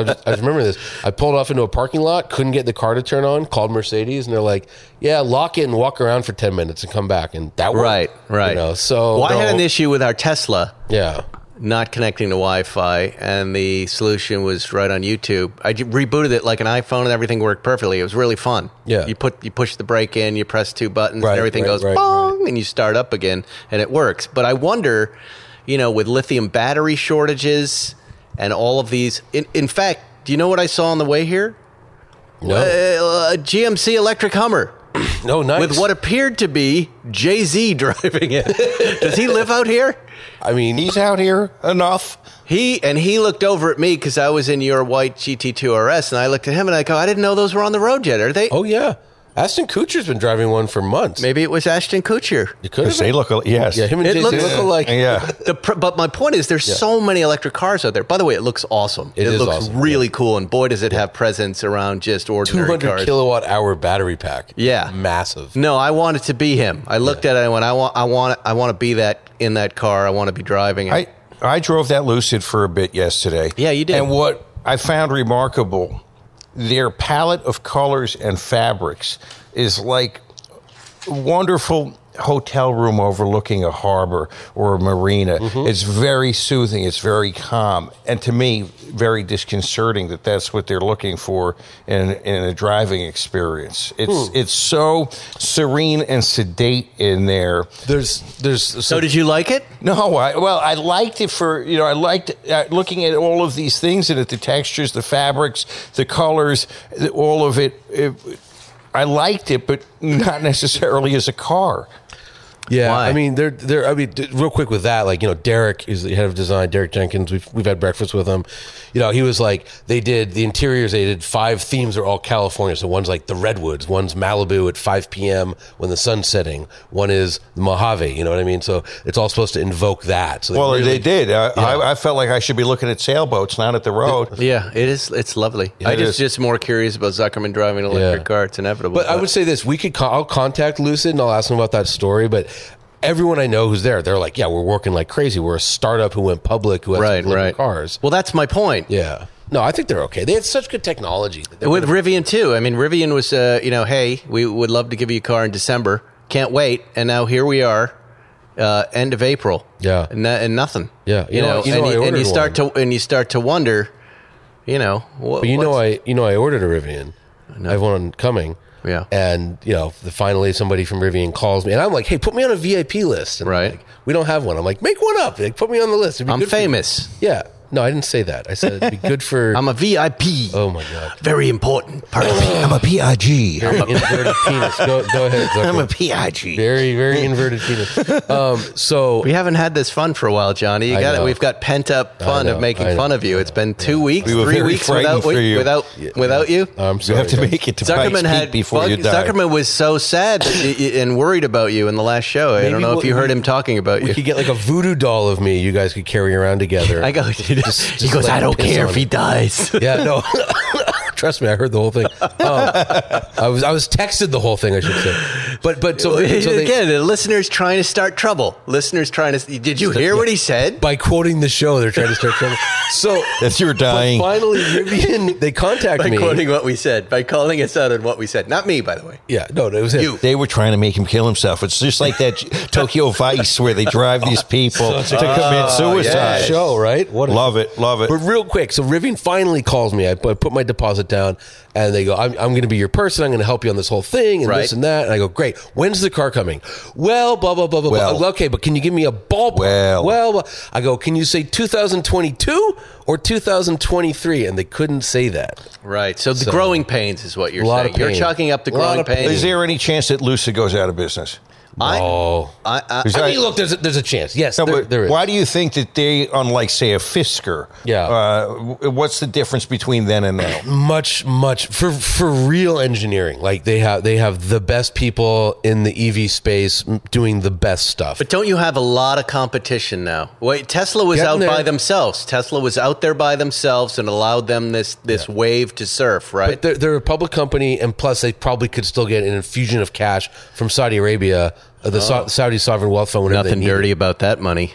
Speaker 4: I, just, I just remember this. I pulled off into a parking lot, couldn't get the car to turn on, called Mercedes, and they're like, "Yeah, lock it and walk around for ten minutes and come back." And that worked,
Speaker 3: Right, right.
Speaker 4: You know, so
Speaker 3: well, I had
Speaker 4: no,
Speaker 3: an issue with our Tesla
Speaker 4: Yeah,
Speaker 3: not connecting to Wi-Fi, and the solution was right on YouTube. I j- rebooted it like an iPhone, and everything worked perfectly. It was really fun.
Speaker 4: Yeah.
Speaker 3: you put you push the brake in, you press two buttons,
Speaker 4: Right,
Speaker 3: and everything
Speaker 4: right,
Speaker 3: goes
Speaker 4: right,
Speaker 3: bong, and you start up again, and it works. But I wonder, you know, with lithium battery shortages and all of these. In, in fact, do you know what I saw on the way here? Uh,
Speaker 4: no,
Speaker 3: A GMC electric Hummer.
Speaker 4: no, nice.
Speaker 3: With what appeared to be Jay Z driving it. Does he live out here?
Speaker 4: I mean,
Speaker 5: He's out here enough.
Speaker 3: He and he looked over at me because I was in your white GT2 RS, and I looked at him and I go, I didn't know those were on the road yet. Are they?
Speaker 4: oh yeah, Aston Kutcher's been driving one for months.
Speaker 3: Maybe it was Ashton Kutcher.
Speaker 4: you could have.
Speaker 5: They look, al- yes.
Speaker 4: Yeah, him and
Speaker 3: It
Speaker 4: Jay Z
Speaker 3: looks-
Speaker 4: look alike.
Speaker 5: yeah.
Speaker 3: The pr- but my point is, there's so many electric cars out there. By the way, it looks awesome.
Speaker 4: It is
Speaker 3: looks
Speaker 4: awesome,
Speaker 3: really cool, and boy, does it have presence around just
Speaker 4: Two
Speaker 3: ordinary
Speaker 4: hundred
Speaker 3: cars.
Speaker 4: kilowatt hour battery pack.
Speaker 3: Yeah.
Speaker 4: massive.
Speaker 3: no, I wanted to be him. I looked at it and went, I want, I want, I want to be that in that car. I want to be driving it.
Speaker 5: I I drove that Lucid for a bit yesterday.
Speaker 3: Yeah, you did.
Speaker 5: And what I found remarkable, their palette of colors and fabrics is like wonderful hotel room overlooking a harbor or a marina.
Speaker 3: Mm-hmm.
Speaker 5: It's very soothing, it's very calm, and to me, very disconcerting that that's what they're looking for in, in a driving experience. It's
Speaker 3: Hmm.
Speaker 5: it's so serene and sedate in there.
Speaker 4: There's, there's.
Speaker 3: so did you like it?
Speaker 5: No, I, well, I liked it for you know I liked uh, looking at all of these things and at the textures, the fabrics, the colors, the, all of it, it. I liked it, but not necessarily as a car.
Speaker 4: Yeah,
Speaker 3: Why?
Speaker 4: I mean, they're they're. I mean, d- real quick with that, like you know, Derek is the head of design. Derek Jenkins. We've we've had breakfast with him. You know, he was like they did the interiors. They did five themes are all California. So one's like the redwoods. One's Malibu at five p.m. when the sun's setting. One is the Mojave. You know what I mean? So it's all supposed to invoke that. So
Speaker 5: Well,
Speaker 4: really-
Speaker 5: they did. I, I, I felt like I should be looking at sailboats, not at the road.
Speaker 3: Yeah, it is. It's lovely. I
Speaker 5: it
Speaker 3: just
Speaker 5: is.
Speaker 3: just more curious about Zuckerman driving an electric
Speaker 4: Yeah.
Speaker 3: car. It's inevitable.
Speaker 4: But I would say this: we could. Con- I'll contact Lucid and I'll ask them about that story. But everyone I know who's there, they're like, "Yeah, we're working like crazy. We're a startup who went public who has
Speaker 3: right, right.
Speaker 4: cars."
Speaker 3: Well, that's my point.
Speaker 4: Yeah. No, I think they're okay. They had such good technology. that they
Speaker 3: With
Speaker 4: would've-
Speaker 3: Rivian too. I mean, Rivian was, uh, you know, hey, we would love to give you a car in December. Can't wait. And now here we are, uh, end of April.
Speaker 4: Yeah.
Speaker 3: and, that- and nothing.
Speaker 4: Yeah.
Speaker 3: you,
Speaker 4: You know,
Speaker 3: know,
Speaker 4: you know, I
Speaker 3: and, you, and
Speaker 4: ordered
Speaker 3: you start
Speaker 4: one.
Speaker 3: to and you start to wonder, you know, what
Speaker 4: But you know, I you know I ordered a Rivian. I have one coming.
Speaker 3: Yeah.
Speaker 4: And you know, the, finally somebody from Rivian calls me, and I'm like, "Hey, put me on a VIP list." And they're
Speaker 3: Right.
Speaker 4: like, we don't have one. I'm like, "Make one up. Like, put me on the list." It'd be
Speaker 3: I'm
Speaker 4: good for you."
Speaker 3: famous.
Speaker 4: Yeah. No, I didn't say that. I said it'd be good for.
Speaker 3: I'm a VIP.
Speaker 4: oh my god.
Speaker 3: Very important part of me.
Speaker 5: I'm a PIG.
Speaker 4: Very inverted penis. Go, go ahead. Zucker.
Speaker 5: I'm a PIG.
Speaker 4: very very inverted penis. Um. So.
Speaker 3: We haven't had this fun for a while, Johnny. You
Speaker 4: I
Speaker 3: got it.
Speaker 4: know.
Speaker 3: We've got pent up fun
Speaker 4: know,
Speaker 3: of making
Speaker 4: I know,
Speaker 3: fun of you. It's been two weeks,
Speaker 5: We were
Speaker 3: three
Speaker 5: very
Speaker 3: weeks
Speaker 5: frightened
Speaker 3: without
Speaker 5: for you.
Speaker 3: without without you.
Speaker 4: I'm
Speaker 5: You
Speaker 4: sorry.
Speaker 5: have to
Speaker 4: guys.
Speaker 5: make it to
Speaker 3: Zuckerman
Speaker 5: Pikes
Speaker 3: had
Speaker 5: Peak before
Speaker 3: Bug-
Speaker 5: you die.
Speaker 3: Zuckerman was so sad that- and worried about you in the last show. I
Speaker 4: Maybe
Speaker 3: don't know if
Speaker 4: we'll-
Speaker 3: you heard him talking about
Speaker 4: We
Speaker 3: you.
Speaker 4: could get like a voodoo doll of me. You guys could carry around together.
Speaker 3: I go. he
Speaker 4: just
Speaker 3: goes.
Speaker 4: let
Speaker 3: I
Speaker 4: him
Speaker 3: don't
Speaker 4: piss
Speaker 3: care
Speaker 4: on
Speaker 3: if he
Speaker 4: it."
Speaker 3: dies.
Speaker 4: Yeah, no. Trust me, I heard the whole thing. Um, I was I was texted the whole thing. I should say, but but so, so they-
Speaker 3: Again, the listeners trying to start trouble. Listeners trying to. Did you hear what he said?
Speaker 4: by quoting the show, they're trying to start trouble. So
Speaker 5: That's your
Speaker 4: but
Speaker 5: dying.
Speaker 4: finally, Rivian they contact
Speaker 3: By
Speaker 4: me.
Speaker 3: quoting what we said, by calling us out on what we said. Not me, by the way.
Speaker 4: yeah, no, no, it was him.
Speaker 3: You.
Speaker 5: They were trying to make him kill himself. It's just like that Tokyo Vice where they drive these people to commit suicide.
Speaker 3: Ah, yes.
Speaker 4: Show right? What a-
Speaker 5: Love it, love it.
Speaker 4: But real quick, so Rivian finally calls me. I put, put my deposit down, and they go, "I'm, I'm going to be your person. I'm going to help you on this whole thing and
Speaker 3: Right.
Speaker 4: this and that." And I go, "Great. When's the car coming?" Well, blah blah blah blah.
Speaker 5: Well.
Speaker 4: blah. Okay, but can you give me a ballpark?
Speaker 5: Well.
Speaker 4: well. blah. I go, "Can you say 2022 or 2023?" And they couldn't say that.
Speaker 3: Right. So the
Speaker 4: So-
Speaker 3: growing pains is what you're
Speaker 4: A lot
Speaker 3: saying.
Speaker 4: of
Speaker 3: You're
Speaker 4: pain.
Speaker 3: chalking up the
Speaker 4: A lot
Speaker 3: growing
Speaker 4: of pain.
Speaker 5: Is
Speaker 3: pains.
Speaker 5: there any chance that Lucid goes out of business?
Speaker 3: I,
Speaker 4: Oh,
Speaker 3: I, I,
Speaker 5: Is
Speaker 4: I
Speaker 5: that-
Speaker 4: mean, look, there's a, there's a chance. Yes,
Speaker 5: No,
Speaker 4: there-
Speaker 5: but
Speaker 4: there is.
Speaker 5: why do you think that they, unlike say a Fisker,
Speaker 4: Yeah.
Speaker 5: uh, w- what's the difference between then and now?
Speaker 4: much much for for real engineering like they have they have the best people in the ev space m- doing the best stuff
Speaker 3: But don't you have a lot of competition now? Wait, Tesla was
Speaker 4: Getting
Speaker 3: out
Speaker 4: there.
Speaker 3: by themselves. Tesla was out there by themselves and allowed them this this wave to surf, right?
Speaker 4: But they're, they're a public company, and plus they probably could still get an infusion of cash from Saudi Arabia, uh, the Sau- Saudi sovereign wealth fund. whenever they
Speaker 3: Nothing
Speaker 4: need
Speaker 3: dirty about that money.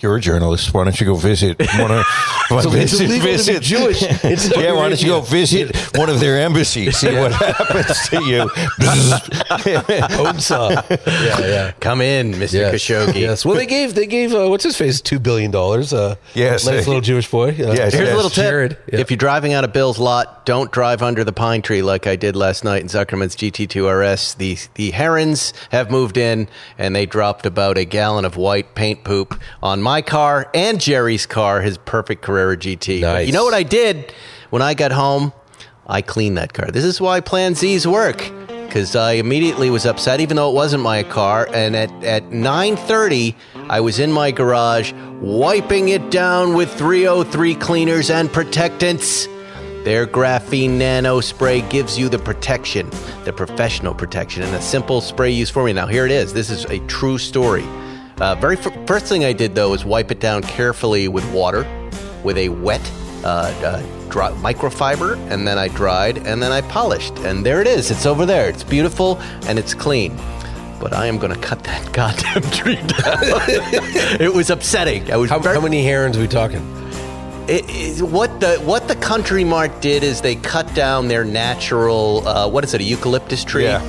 Speaker 5: You're a journalist. Why don't you go visit one of
Speaker 4: It. So it's illegal to be Jewish. in Saudi
Speaker 5: Yeah, why don't you go
Speaker 4: Arabia.
Speaker 5: visit one of their embassies? See what happens to you.
Speaker 4: Osa. uh, yeah, yeah.
Speaker 3: Come in, Mr.
Speaker 4: Yes.
Speaker 3: Khashoggi.
Speaker 4: Yes. Well, they gave they gave uh, what's his face two billion dollars. Uh,
Speaker 5: Yes.
Speaker 4: Nice little Jewish boy. Uh,
Speaker 3: Here's
Speaker 5: Yes, yes.
Speaker 3: a little tip.
Speaker 4: Jared. Yeah.
Speaker 3: If you're driving out of Bill's lot, don't drive under the pine tree like I did last night in Zuckerman's GT2 RS. The the herons have moved in and they dropped about a gallon of white paint poop on my car and Jerry's car, his perfect Carrera GT. But
Speaker 4: Nice.
Speaker 3: You know what I did when I got home? I cleaned that car. This is why Plan Z's work. Because I immediately was upset, even though it wasn't my car. And at, at 9.30, I was in my garage wiping it down with 303 cleaners and protectants. Their graphene nano spray gives you the protection, the professional protection, and a simple spray use formula. Now, here it is. This is a true story. Uh, very f- first thing I did, though, was wipe it down carefully with water with a wet uh, uh, dry, microfiber, and then I dried, and then I polished. And there it is. It's over there. It's beautiful and it's clean. But I am going to cut that goddamn tree down. it was upsetting. I was
Speaker 4: How,
Speaker 3: very
Speaker 4: how many herons are we talking?
Speaker 3: it, it- what the what the Country Mart did is they cut down their natural uh, what is it a eucalyptus tree,
Speaker 5: Yeah.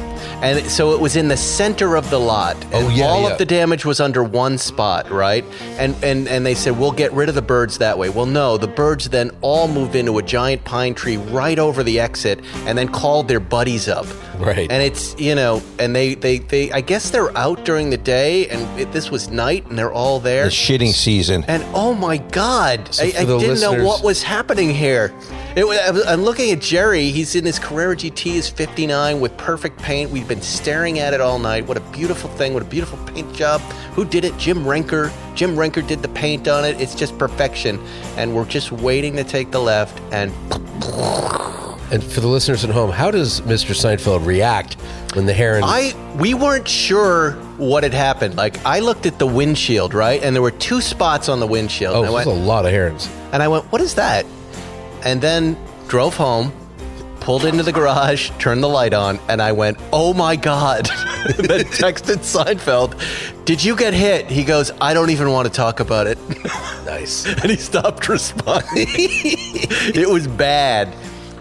Speaker 3: and it- so it was in the center of the lot.
Speaker 4: Oh,
Speaker 3: And
Speaker 4: yeah,
Speaker 3: all
Speaker 4: yeah.
Speaker 3: of the damage was under one spot, right? And and and they said we'll get rid of the birds that way. Well, no, the birds then all moved into a giant pine tree right over the exit, and then called their buddies up.
Speaker 4: Right.
Speaker 3: And it's you know, and they they they I guess they're out during the day, and it, this was night, and they're all there.
Speaker 5: The shitting season.
Speaker 3: And oh my God, I,
Speaker 4: for
Speaker 3: I
Speaker 4: the
Speaker 3: didn't know
Speaker 4: listeners-
Speaker 3: what was happening here. It was, I'm looking at Jerry. He's in his Carrera GT. Is 59 with perfect paint, We've been staring at it all night. What a beautiful thing. What a beautiful paint job. Who did it? Jim Renker. Jim Renker did the paint on it. It's just perfection. And we're just waiting to take the left. And
Speaker 4: And for the listeners at home, how does Mr. Seinfeld react when the heron?
Speaker 3: I we weren't sure what had happened. Like I looked at the windshield, right? And there were two spots on the windshield.
Speaker 4: oh,
Speaker 3: and I
Speaker 4: there's
Speaker 3: went,
Speaker 4: a lot of herons.
Speaker 3: And I went, what is that? And then drove home, pulled into the garage, turned the light on, and I went, oh my God. then texted Seinfeld, did you get hit? He goes, I don't even want to talk about it.
Speaker 4: Nice.
Speaker 3: and he stopped responding. it was bad.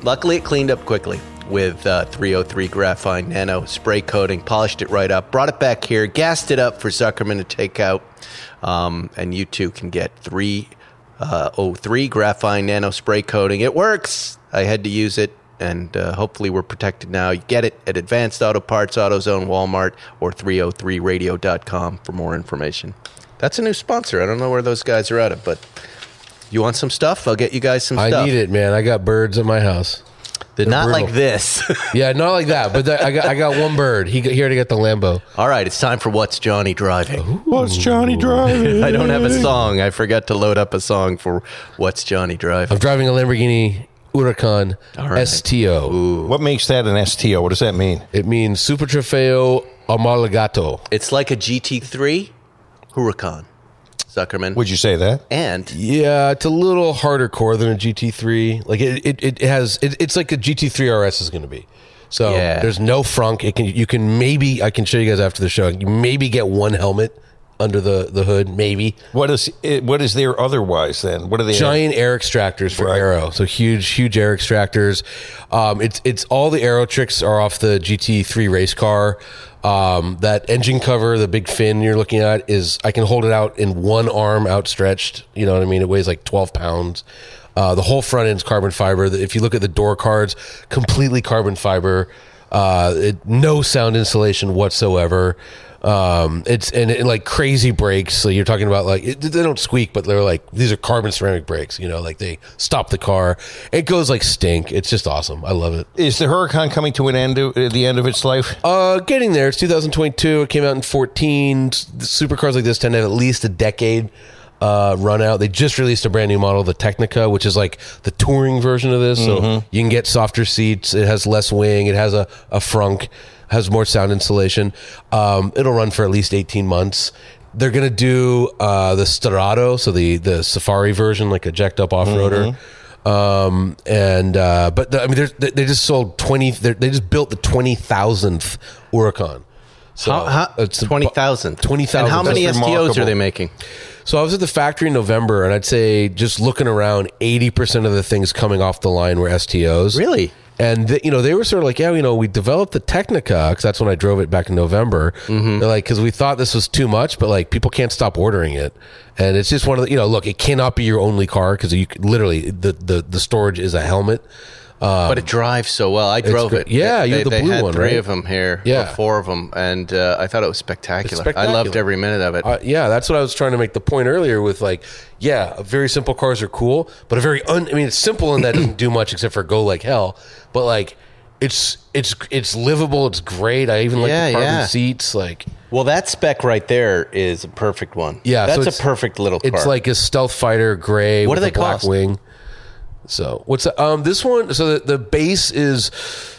Speaker 3: Luckily, it cleaned up quickly with uh, 303 graphite nano spray coating, polished it right up, brought it back here, gassed it up for Zuckerman to take out. Um, and you too can get uh, 303 graphite nano spray coating. It works. I had to use it. And uh, hopefully, we're protected now. You get it at Advanced Auto Parts, AutoZone, Walmart, or 303radio.com for more information. That's a new sponsor. I don't know where those guys are out of, but you want some stuff? I'll get you guys some
Speaker 4: I
Speaker 3: stuff.
Speaker 4: need it, man. I got birds at my house.
Speaker 3: They're not
Speaker 4: brutal.
Speaker 3: like this.
Speaker 4: Yeah, not like that, but that, I got I got one bird. He got- he already got the Lambo.
Speaker 3: All right, it's time for What's Johnny Driving?
Speaker 5: What's Johnny driving?
Speaker 3: I don't have a song. I forgot to load up a song for What's Johnny Driving.
Speaker 4: I'm driving a Lamborghini Huracan
Speaker 3: All right.
Speaker 4: STO.
Speaker 5: What makes that an STO? What does that mean?
Speaker 4: It means Super Trofeo Amalgamato.
Speaker 3: It's like a GT3 Huracan, Zuckerman.
Speaker 5: Would you say that?
Speaker 3: and
Speaker 4: Yeah, it's a little harder core than a GT3. Like it, it, it has it, it's like a GT3 RS is going to be. So
Speaker 3: Yeah.
Speaker 4: there's no frunk. It can you can maybe I can show you guys after the show. You maybe get one helmet under the the hood, maybe
Speaker 5: What is it, what is there otherwise then? What are they?
Speaker 4: giant air extractors for
Speaker 5: Right.
Speaker 4: aero. So huge, huge air extractors. Um, it's it's all the aero tricks are off the GT3 race car. Um, that engine cover, the big fin you're looking at, is I can hold it out in one arm outstretched. You know what I mean? It weighs like 12 pounds. Uh, the whole front end's carbon fiber. The- If you look at the door cards, completely carbon fiber. Uh, it, no sound insulation whatsoever. Um, it's and, and like crazy brakes. So you're talking about like it, they don't squeak, but they're like these are carbon ceramic brakes. You know, like they stop the car. It goes like stink. It's just awesome. I love it.
Speaker 5: Is the Huracan coming to an end? uh, The end of its life?
Speaker 4: Uh, getting there. It's 2022. It came out in 14. S- Supercars like this tend to have at least a decade uh, run out. They just released a brand new model, the Technica, which is like the touring version of this. So you can get softer seats. It has less wing. It has a, a frunk. Has more sound insulation. Um, it'll run for at least 18 months. They're gonna do uh, the Storado, so the the Safari version, like a jacked up off roader um and uh but the, i mean there's, they they just sold 20 they're- they just built the 20,000th Oricon so
Speaker 3: how, how,
Speaker 4: it's the-
Speaker 3: 20,000.
Speaker 4: 20,000.
Speaker 3: And how many
Speaker 5: That's
Speaker 3: STOs are
Speaker 5: remarkable.
Speaker 3: they making?
Speaker 4: so I was at the factory in November and I'd say just looking around 80% of the things coming off the line were STOs
Speaker 3: Really?
Speaker 4: and th you know they were sort of like yeah you know we developed the Technica because that's when I drove it back in November They're like because we thought this was too much but like people can't stop ordering it and it's just one of the you know look it cannot be your only car because you c- literally the, the the storage is a helmet
Speaker 3: but it drives so well. I drove
Speaker 4: gr-
Speaker 3: it.
Speaker 4: Um, yeah,
Speaker 3: they,
Speaker 4: you had the
Speaker 3: they
Speaker 4: blue
Speaker 3: had
Speaker 4: one,
Speaker 3: three
Speaker 4: right?
Speaker 3: of them here,
Speaker 4: Yeah.
Speaker 3: or four of them, and uh, I thought it was spectacular. I loved
Speaker 4: spectacular.
Speaker 3: every minute of it.
Speaker 4: Uh, yeah, that's what I was trying to make the point earlier with like, yeah, very simple cars are cool, but a very un I mean it's simple in that it doesn't do much except for go like hell, but like it's it's it's livable, it's great. I even like
Speaker 3: Yeah,
Speaker 4: the carbon
Speaker 3: yeah.
Speaker 4: seats like
Speaker 3: well, that spec right there is a perfect one.
Speaker 4: Yeah, so
Speaker 3: that's
Speaker 4: it's-
Speaker 3: a perfect little. Car.
Speaker 4: It's like a stealth fighter gray.
Speaker 3: What
Speaker 4: with
Speaker 3: do
Speaker 4: a
Speaker 3: they
Speaker 4: black
Speaker 3: cost?
Speaker 4: Wing. So what's the, um this one? So the, the base is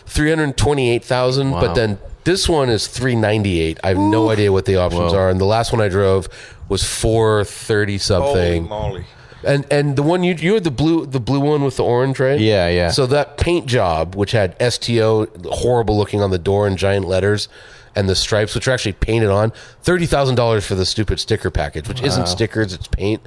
Speaker 4: three hundred twenty eight thousand,
Speaker 3: Wow.
Speaker 4: but then this one is three ninety eight. I have no idea what the options are, and the last one I drove was four thirty something.
Speaker 5: moly!
Speaker 4: And and the one you you had the blue the blue one with the orange, right?
Speaker 3: Yeah, yeah.
Speaker 4: So that paint job, which had STO horrible looking on the door in giant letters, and the stripes, which are actually painted on, thirty thousand dollars for the stupid sticker package, which isn't stickers, it's paint.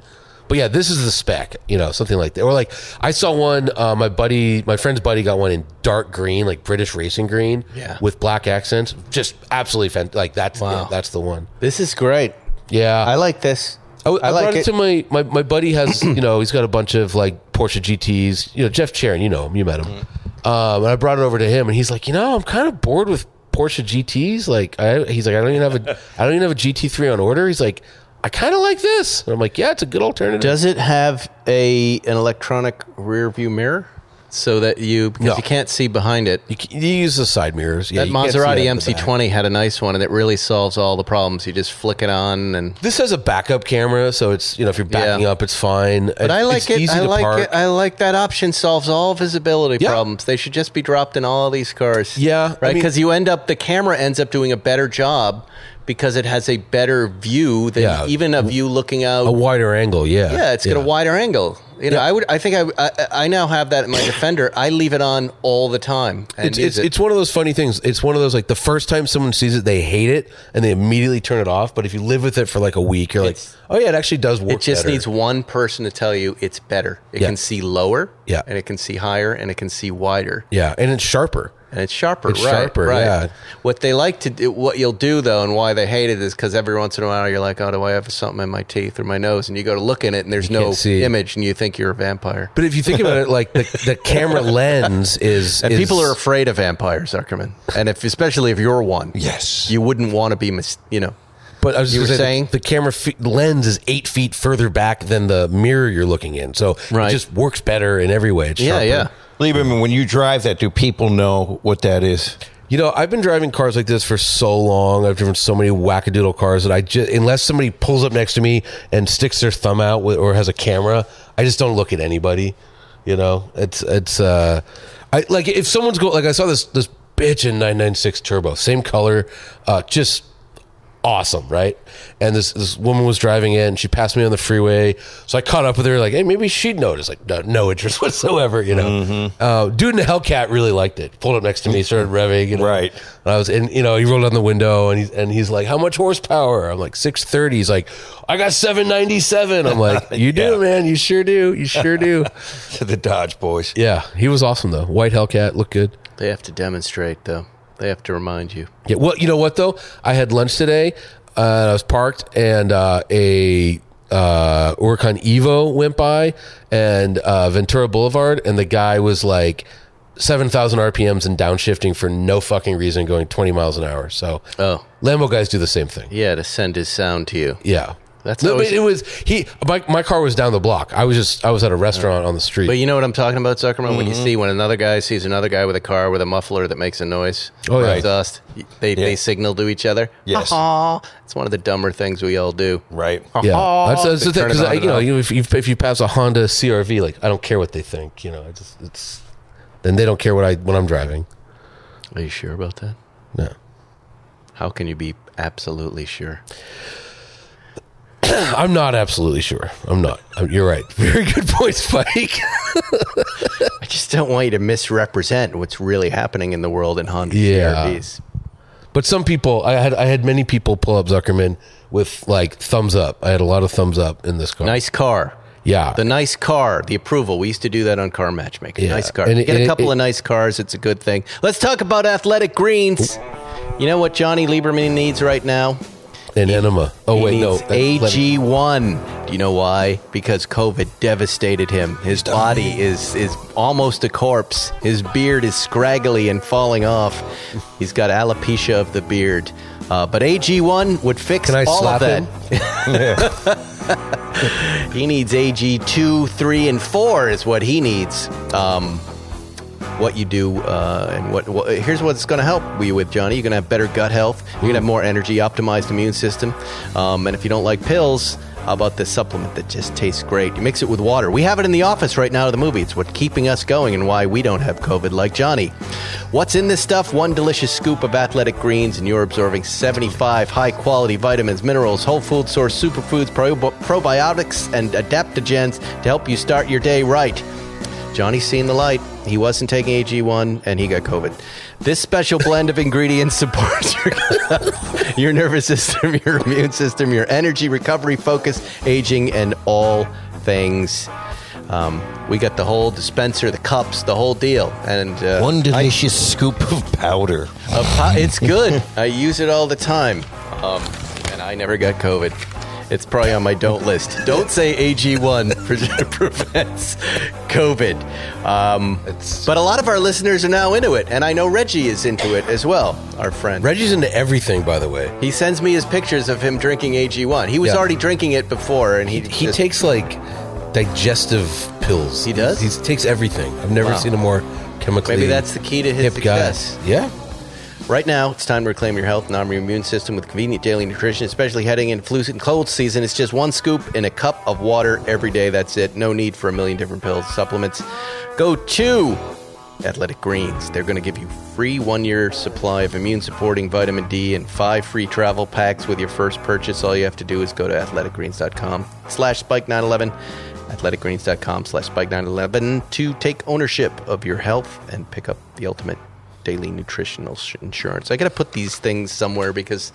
Speaker 4: But yeah, this is the spec, you know, something like that. Or like I saw one, uh, my buddy, my friend's buddy got one in dark green, like British racing green,
Speaker 3: Yeah.
Speaker 4: with black accents, just absolutely fantastic. Like that's yeah, that's the one.
Speaker 3: this is great.
Speaker 4: Yeah,
Speaker 3: I like this.
Speaker 4: I, I,
Speaker 3: like
Speaker 4: brought it,
Speaker 3: it.
Speaker 4: to my, my my buddy has you know he's got a bunch of like Porsche GTS you know Jeff Sharon you know him you met him
Speaker 3: Mm-hmm.
Speaker 4: um, and I brought it over to him and he's like you know I'm kind of bored with Porsche GTS like I, he's like I don't even have a I don't even have a GT3 on order he's like I kind of like this and I'm like yeah it's a good alternative
Speaker 3: Does it have a an electronic rear view mirror? so that you because
Speaker 4: No.
Speaker 3: you can't see behind it.
Speaker 4: You, c- you use the side mirrors. Yeah,
Speaker 3: that
Speaker 4: you can't see
Speaker 3: Maserati
Speaker 4: out the back.
Speaker 3: MC20 had a nice one, and it really solves all the problems. You just flick it on, and
Speaker 4: This has a backup camera, so it's you know if you're backing
Speaker 3: Yeah.
Speaker 4: up, it's fine.
Speaker 3: but I like
Speaker 4: it's
Speaker 3: it.
Speaker 4: Easy
Speaker 3: I
Speaker 4: to
Speaker 3: like
Speaker 4: park.
Speaker 3: it. I like that option. Solves all visibility
Speaker 4: Yeah.
Speaker 3: problems. They should just be dropped in all these cars.
Speaker 4: Yeah, I
Speaker 3: right.
Speaker 4: mean-
Speaker 3: Because you end up the camera ends up doing a better job because it has a better view than
Speaker 4: Yeah.
Speaker 3: even of you looking out
Speaker 4: a wider angle, yeah.
Speaker 3: Yeah, it's got a wider angle. You know, I would. I think I, I. I now have that in my Defender. I leave it on all the time. And
Speaker 4: It's, it's,
Speaker 3: use it.
Speaker 4: it's one of those funny things. It's one of those like the first time someone sees it, they hate it and they immediately turn it off. But if you live with it for like a week, you're like,
Speaker 3: It's-
Speaker 4: oh yeah, it actually does work.
Speaker 3: It just
Speaker 4: better.
Speaker 3: needs one person to tell you it's better. It
Speaker 4: Yeah.
Speaker 3: can see lower.
Speaker 4: Yeah.
Speaker 3: And it can see higher, and it can see wider,
Speaker 4: yeah, and it's sharper.
Speaker 3: and it's sharper.
Speaker 4: It's
Speaker 3: right,
Speaker 4: sharper,
Speaker 3: Right.
Speaker 4: yeah.
Speaker 3: What they like to do, what you'll do though, and why they hate it is because every once in a while you're like, oh, do I have something in my teeth or my nose? And you go to look in it, and there's
Speaker 4: You can't
Speaker 3: no
Speaker 4: see.
Speaker 3: image, and you think you're a vampire.
Speaker 4: But if you think about it, like the, the camera lens is,
Speaker 3: And
Speaker 4: is-
Speaker 3: people are afraid of vampires, Zuckerman. And if, especially if you're one,
Speaker 5: Yes.
Speaker 3: you wouldn't want to be, mis- you know,
Speaker 4: But I was
Speaker 3: You
Speaker 4: just
Speaker 3: were
Speaker 4: saying
Speaker 3: saying?
Speaker 4: the camera fe- lens is eight feet further back than the mirror you're looking in, so
Speaker 3: Right.
Speaker 4: it just works better in every way. It's
Speaker 3: Yeah,
Speaker 4: sharper.
Speaker 3: yeah.
Speaker 5: Lieberman, when you drive that, do people know what that is?
Speaker 4: You know, I've been driving cars like this for so long. I've driven so many wackadoodle cars that I just, unless somebody pulls up next to me and sticks their thumb out with, or has a camera, I just don't look at anybody. You know, it's it's uh, I like if someone's go like I saw this this bitch in nine nine six turbo, same color, uh, just awesome, right? And this this woman was driving in, she passed me on the freeway, so I caught up with her, like, hey, maybe she'd notice, like, no, no interest whatsoever, you know.
Speaker 5: Mm-hmm.
Speaker 4: Uh, dude in the Hellcat really liked it. Pulled up next to me, started revving, you know?
Speaker 5: Right.
Speaker 4: And I was, and you know, he rolled down the window, and he's and he's like, how much horsepower? I'm like, six thirty. He's like, I got seven ninety seven. I'm like, you do,
Speaker 5: Yeah.
Speaker 4: man, you sure do, you sure do.
Speaker 5: the Dodge boys.
Speaker 4: yeah, he was awesome though. White Hellcat looked good.
Speaker 3: They have to demonstrate, though. They have to remind you.
Speaker 4: Yeah. Well, you know what though? I had lunch today. Uh, I was parked, and uh, a uh, Oricon Evo went by, and uh, Ventura Boulevard, and the guy was like. 7,000 RPMs and downshifting for no fucking reason going 20 miles an hour. So,
Speaker 3: Oh.
Speaker 4: Lambo guys do the same thing.
Speaker 3: Yeah, to send his sound to you.
Speaker 4: Yeah.
Speaker 3: That's
Speaker 4: no,
Speaker 3: always-
Speaker 4: but it was he my, my car was down the block. I was just I was at a restaurant on the street.
Speaker 3: But you know what I'm talking about, Zuckerman? When you
Speaker 4: Mm-hmm.
Speaker 3: see when another guy sees another guy with a car with a muffler that makes a noise,
Speaker 4: Oh, yeah.
Speaker 3: exhaust, they, they signal to each other.
Speaker 5: Yes.
Speaker 3: Ha-ha. It's one of the dumber things we all do.
Speaker 5: Right.
Speaker 4: yeah, that's, that's the
Speaker 3: They
Speaker 4: thing
Speaker 3: turn it
Speaker 4: because
Speaker 3: on
Speaker 4: you
Speaker 3: and
Speaker 4: know
Speaker 3: off.
Speaker 4: you, if you if you pass a Honda CRV, like I don't care what they think. You know, I just it's then they don't care what I when I'm driving.
Speaker 3: Are you sure about that?
Speaker 4: No,
Speaker 3: How can you be absolutely sure?
Speaker 4: I'm not absolutely sure. I'm not. I'm, you're right. Very good point, Spike.
Speaker 3: I just don't want you to misrepresent what's really happening in the world in Honda
Speaker 4: Yeah.
Speaker 3: CRVs.
Speaker 4: But some people, I had I had many people pull up Zuckerman with like thumbs up. I had a lot of thumbs up in this car.
Speaker 3: Nice car.
Speaker 4: yeah.
Speaker 3: The nice car, the approval. We used to do that on car matchmaking.
Speaker 4: Yeah.
Speaker 3: Nice car.
Speaker 4: And
Speaker 3: You
Speaker 4: it-
Speaker 3: get
Speaker 4: and
Speaker 3: a
Speaker 4: it-
Speaker 3: couple
Speaker 4: it-
Speaker 3: of nice cars. It's a good thing. Let's talk about athletic greens. You know what Johnny Lieberman needs right now?
Speaker 4: An enema. Oh
Speaker 3: He
Speaker 4: wait, no.
Speaker 3: needs AG1. Do you know why? Because COVID devastated him. His body is is almost a corpse. His beard is scraggly and falling off. He's got alopecia of the beard. Uh, but AG1 would fix
Speaker 4: Can I
Speaker 3: all
Speaker 4: slap
Speaker 3: of that.
Speaker 4: him?
Speaker 3: He needs AG two, three, and four is what he needs. Um, what you do uh, and what, what here's what's going to help you with Johnny. You're going to have better gut health. You're going to have more energy, optimized immune system, um, and if you don't like pills. How about this supplement that just tastes great? You mix it with water. We have it in the office right now at the movie. It's what's keeping us going and why we don't have COVID like Johnny. What's in this stuff? One delicious scoop of athletic greens, and you're absorbing 75 high quality vitamins, minerals, whole food source, superfoods, prob- probiotics, and adaptogens to help you start your day right. Johnny's seen the light. He wasn't taking AG1 and he got COVID. This special blend of ingredients supports your, your nervous system, your immune system, your energy, recovery, focus, aging, and all things. Um, we got the whole dispenser, the cups, the whole deal. And uh,
Speaker 5: One delicious scoop of powder.
Speaker 3: a po- it's good. I use it all the time. Um, and I never got COVID. It's probably on my don't list. Don't say AG1 pre- prevents COVID. Um, but a lot of our listeners are now into it. And I know Reggie is into it as well, our friend.
Speaker 4: Reggie's into everything, by the way.
Speaker 3: he sends me his pictures of him drinking AG1. He was
Speaker 4: Yeah.
Speaker 3: already drinking it before, and he,
Speaker 4: He
Speaker 3: just-
Speaker 4: takes like digestive pills.
Speaker 3: He does?
Speaker 4: He takes everything. I've never
Speaker 3: Wow.
Speaker 4: seen a more chemically.
Speaker 3: Maybe that's the key to his
Speaker 4: hip
Speaker 3: success.
Speaker 4: guy. Yeah.
Speaker 3: Right now, it's time to reclaim your health and arm your immune system with convenient daily nutrition, especially heading into flu and cold season. It's just one scoop in a cup of water every day. That's it. No need for a million different pills, supplements. Go to Athletic Greens. They're going to give you free one-year supply of immune-supporting vitamin D and five free travel packs with your first purchase. All you have to do is go to athleticgreens.com slash spike911, athleticgreens.com slash spike911 to take ownership of your health and pick up the ultimate daily nutritional sh- insurance. I got to put these things somewhere because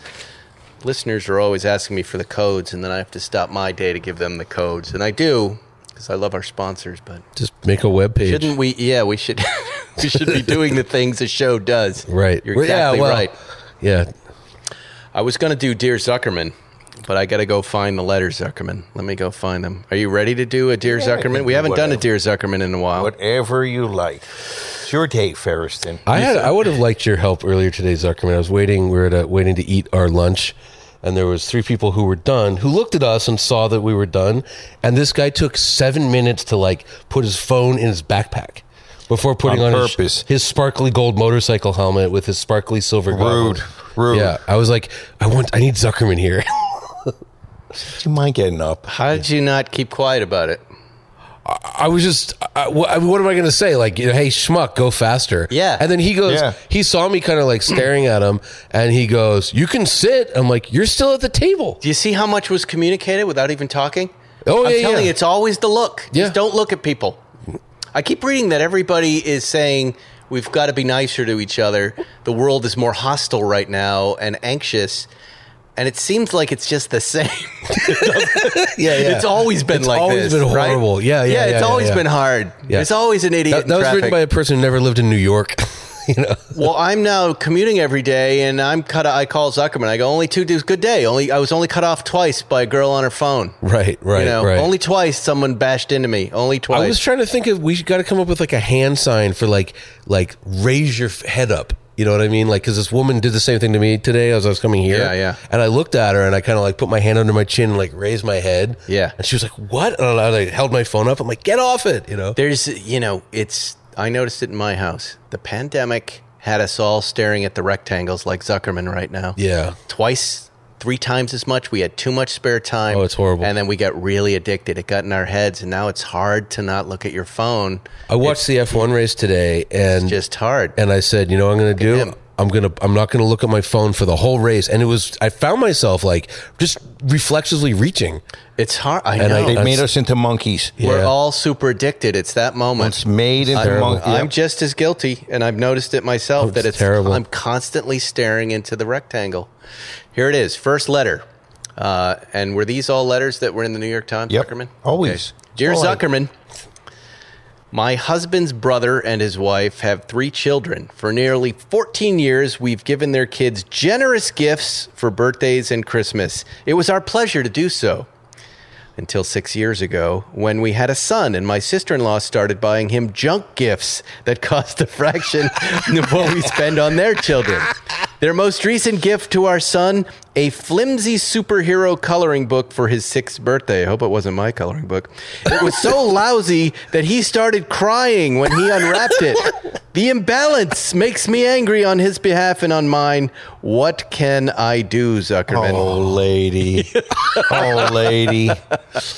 Speaker 3: listeners are always asking me for the codes, and then I have to stop my day to give them the codes, and I do because I love our sponsors. But
Speaker 4: Just make a web page.
Speaker 3: shouldn't we? Yeah, we should. we should be doing the things a show does.
Speaker 4: Right.
Speaker 3: You're
Speaker 4: Well, yeah,
Speaker 3: exactly
Speaker 4: well,
Speaker 3: right.
Speaker 4: Yeah.
Speaker 3: I was going to do Dear Zuckerman. But I got to go find the letter Zuckerman. Let me go find them. Are you ready to do a Dear Zuckerman?
Speaker 5: can
Speaker 3: We
Speaker 5: do
Speaker 3: haven't done a
Speaker 5: whatever.
Speaker 3: Dear Zuckerman in a while.
Speaker 5: Whatever you like. It's your day, Ferriston.
Speaker 4: I had I would have liked your help earlier today, Zuckerman. I was waiting. We were at a, waiting to eat our lunch, and there was three people who were done who looked at us and saw that we were done. And this guy took seven minutes to like put his phone in his backpack before putting
Speaker 5: On
Speaker 4: on, his-
Speaker 5: purpose.
Speaker 4: His, sparkly gold motorcycle helmet with his sparkly silver
Speaker 5: Uh, Rude.
Speaker 4: goggles.
Speaker 5: Rude.
Speaker 4: Yeah, I was like, I want I need Zuckerman here.
Speaker 5: Do you mind getting up?
Speaker 3: How did you not keep quiet about it?
Speaker 4: I was just, I, wh- I- what am I going to say? Like, you know, hey, schmuck, go faster.
Speaker 3: Yeah.
Speaker 4: And then he goes,
Speaker 5: Yeah.
Speaker 4: he saw me kind of like staring at him and he goes, you can sit. I'm like, you're still at the table.
Speaker 3: Do you see how much was communicated without even talking?
Speaker 4: Oh,
Speaker 3: I'm
Speaker 4: yeah,
Speaker 3: telling
Speaker 4: yeah.
Speaker 3: you, it's always the look.
Speaker 4: Yeah.
Speaker 3: Just don't look at people. I keep reading that everybody is saying we've got to be nicer to each other. The world is more hostile right now and anxious. And it seems like it's just the same.
Speaker 4: Yeah.
Speaker 3: It's always been
Speaker 4: It's
Speaker 3: like
Speaker 4: always
Speaker 3: this,
Speaker 4: been
Speaker 3: right?
Speaker 4: horrible. Yeah, yeah,
Speaker 3: Yeah,
Speaker 4: yeah,
Speaker 3: it's
Speaker 4: yeah,
Speaker 3: always
Speaker 4: yeah.
Speaker 3: been hard.
Speaker 4: Yeah.
Speaker 3: It's always an idiot.
Speaker 4: that,
Speaker 3: in
Speaker 4: that was
Speaker 3: traffic.
Speaker 4: written by a person who never lived in New York. you know,
Speaker 3: Well, I'm now commuting every day, and I'm cut. I call Zuckerman. I go only two days. Good day. Only I was only cut off twice by a girl on her phone.
Speaker 4: right, right,
Speaker 3: you know,
Speaker 4: right.
Speaker 3: only twice someone bashed into me. Only twice.
Speaker 4: I was trying to think of, we got to come up with like a hand sign for like, like raise your f- head up. You know what I mean? Like, cause this woman did the same thing to me today as I was coming here.
Speaker 3: Yeah, yeah.
Speaker 4: And I looked at her and I kind of like put my hand under my chin and like raised my head.
Speaker 3: Yeah.
Speaker 4: And she was like, what? And I like held my phone up. I'm like, get off it. You know?
Speaker 3: There's, you know, it's. I noticed it in my house. The pandemic had us all staring at the rectangles like Zuckerman right now.
Speaker 4: Yeah.
Speaker 3: Twice, three times as much. We had too much spare time.
Speaker 4: Oh, it's horrible.
Speaker 3: And then we got really addicted. It got in our heads, and now it's hard to not look at your phone.
Speaker 4: I watched the F1 race today Oh, and
Speaker 3: Just hard.
Speaker 4: and I said, you know what I'm going to
Speaker 3: at
Speaker 4: do?
Speaker 3: him.
Speaker 4: I'm going to I'm not going to look at my phone for the whole race. And it was I found myself like just reflexively reaching.
Speaker 3: It's hard. I
Speaker 4: And I
Speaker 3: know.
Speaker 5: They've
Speaker 4: That's-
Speaker 5: made us into monkeys.
Speaker 4: Yeah.
Speaker 3: We're all super addicted. It's that moment.
Speaker 5: It's made into
Speaker 3: I'm,
Speaker 5: monkeys.
Speaker 3: I'm just as guilty, and I've noticed it
Speaker 5: Oh,
Speaker 3: myself that
Speaker 4: it's
Speaker 3: it's
Speaker 4: terrible.
Speaker 3: I'm constantly staring into the rectangle. Here it is, first letter. Uh, and were these all letters that were in the New York Times?
Speaker 5: Yep,
Speaker 3: Zuckerman?
Speaker 5: always.
Speaker 3: Dear
Speaker 5: All right.
Speaker 3: Zuckerman, my husband's brother and his wife have three children. For nearly 14 years, we've given their kids generous gifts for birthdays and Christmas. It was our pleasure to do so until six years ago when we had a son and my sister-in-law started buying him junk gifts that cost a fraction of what we spend on their children their most recent gift to our son a flimsy superhero coloring book for his sixth birthday i hope it wasn't my coloring book it was so lousy that he started crying when he unwrapped it the imbalance makes me angry on his behalf and on mine what can i do zuckerman
Speaker 5: Oh, lady. oh, lady.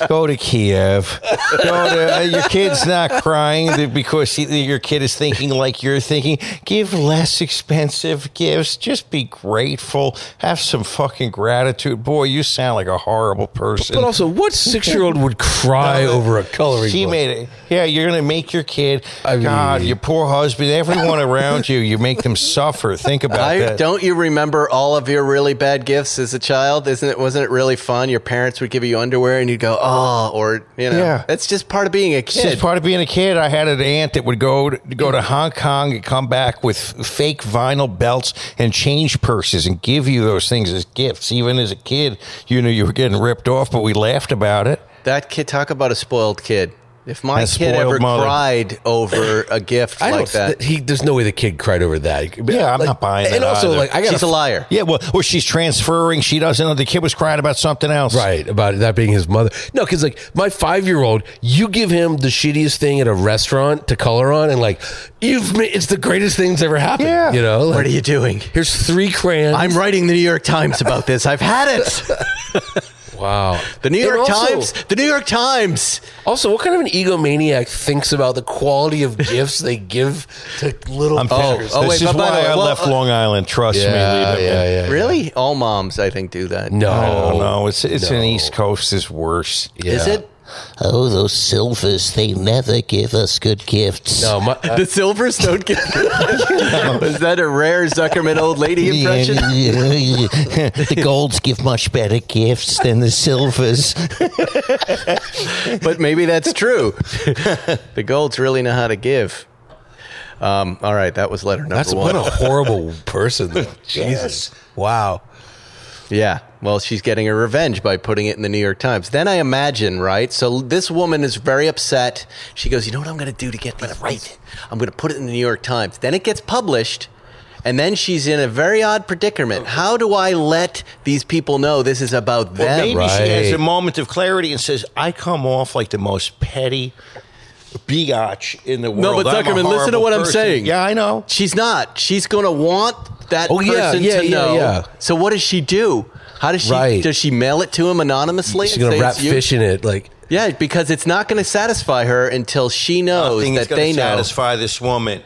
Speaker 5: Go to Kiev. Go to, uh, your kid's not crying because he, your kid is thinking like you're thinking. Give less expensive gifts. Just be grateful. Have some fucking gratitude. Boy, you sound like a horrible person.
Speaker 4: But also, what 6-year-old would cry over a coloring
Speaker 5: She
Speaker 4: book?
Speaker 5: made it. Yeah, you're going to make your kid.
Speaker 4: I mean-
Speaker 5: God, your poor husband, everyone around you, you make them suffer. Think about
Speaker 3: I,
Speaker 5: that.
Speaker 3: Don't you remember all of your really bad gifts as a child? Isn't it? Wasn't it really fun? Your parents would give you underwear, and you'd go, "Oh," or you know,
Speaker 5: Yeah.
Speaker 3: that's just part of being a
Speaker 5: It's
Speaker 3: kid.
Speaker 5: just part of being a kid. I had an aunt that would go to, go to Hong Kong and come back with fake vinyl belts and change purses and give you those things as gifts. Even as a kid, you knew you were getting ripped off, but we laughed about it.
Speaker 3: that kid, talk about a spoiled kid. If my
Speaker 5: That
Speaker 3: kid
Speaker 5: spoiled
Speaker 3: ever
Speaker 5: mother.
Speaker 3: cried over a gift
Speaker 4: I
Speaker 3: like
Speaker 4: don't.
Speaker 3: that,
Speaker 4: He, there's no way the kid cried over that.
Speaker 5: Yeah, I'm
Speaker 4: Like,
Speaker 5: not buying that
Speaker 4: And also,
Speaker 5: either.
Speaker 4: like, I got
Speaker 3: she's a liar.
Speaker 5: Yeah, well, well, she's transferring. She doesn't know the kid was crying about something else.
Speaker 4: Right about that being his mother. No, because like my five year old, you give him the shittiest thing at a restaurant to color on, and like you've made, it's the greatest thing's ever happened.
Speaker 5: Yeah.
Speaker 4: you know.
Speaker 3: what
Speaker 4: Like,
Speaker 3: are you doing?
Speaker 4: here's three crayons.
Speaker 3: I'm writing the New York Times about this. I've had it.
Speaker 4: wow.
Speaker 3: The New
Speaker 4: And
Speaker 3: York
Speaker 4: also-
Speaker 3: Times. The New York Times.
Speaker 4: Also, what kind of an egomaniac thinks about the quality of gifts they give to little?
Speaker 5: I'm
Speaker 3: Oh,
Speaker 5: pissed.
Speaker 3: oh, wait,
Speaker 5: this is
Speaker 3: but by
Speaker 5: why
Speaker 3: the way,
Speaker 5: I
Speaker 3: well,
Speaker 5: left
Speaker 3: uh,
Speaker 5: Long Island. Trust me,
Speaker 4: yeah, yeah,
Speaker 5: Lita, man.
Speaker 4: yeah, yeah.
Speaker 3: Really? All moms, I think, do that.
Speaker 4: No,
Speaker 5: I don't know. It's it's
Speaker 4: No.
Speaker 5: an East Coast Oh. is worse.
Speaker 3: Is
Speaker 4: Yeah.
Speaker 3: it?
Speaker 6: Oh, those silvers, they never give us good gifts.
Speaker 4: No, my,
Speaker 3: The Silvers don't get. Was that a rare Zuckerman old lady impression?
Speaker 6: the golds give much better gifts than the silvers.
Speaker 3: but maybe that's true. the Golds really know how to give. Um, all right, that was letter number
Speaker 4: that's
Speaker 3: one.
Speaker 4: what a horrible person. Though. Jesus, wow.
Speaker 3: Yeah. Well, she's getting her revenge by putting it in the New York Times. Then I imagine, right? So this woman is very upset. She goes, "You know what I'm going to do to get this right? I'm going to put it in the New York Times." Then it gets published, and then she's in a very odd predicament. How do I let these people know this is about
Speaker 5: Oh. Well,
Speaker 3: them?
Speaker 5: maybe
Speaker 4: right.
Speaker 5: she has a moment of clarity and says, "I come off like the most petty biatch in the world."
Speaker 3: No, but
Speaker 5: I'm a
Speaker 3: Zuckerman, listen to
Speaker 5: horrible
Speaker 3: what I'm
Speaker 5: person."
Speaker 3: saying.
Speaker 5: Yeah, I know.
Speaker 3: She's not. She's going to want that
Speaker 4: Oh, yeah,
Speaker 3: person
Speaker 4: yeah,
Speaker 3: to
Speaker 4: yeah,
Speaker 3: know.
Speaker 4: yeah.
Speaker 3: So what does she do? How does she?
Speaker 4: Right.
Speaker 3: Does she mail it to him anonymously?
Speaker 4: She's
Speaker 3: and
Speaker 4: gonna
Speaker 3: say
Speaker 4: wrap
Speaker 3: it's you?
Speaker 4: fish in it. Like
Speaker 3: Yeah, because it's not going to satisfy her until she knows
Speaker 5: Nothing is
Speaker 3: that
Speaker 5: going
Speaker 3: they
Speaker 5: to
Speaker 3: know.
Speaker 5: satisfy this woman.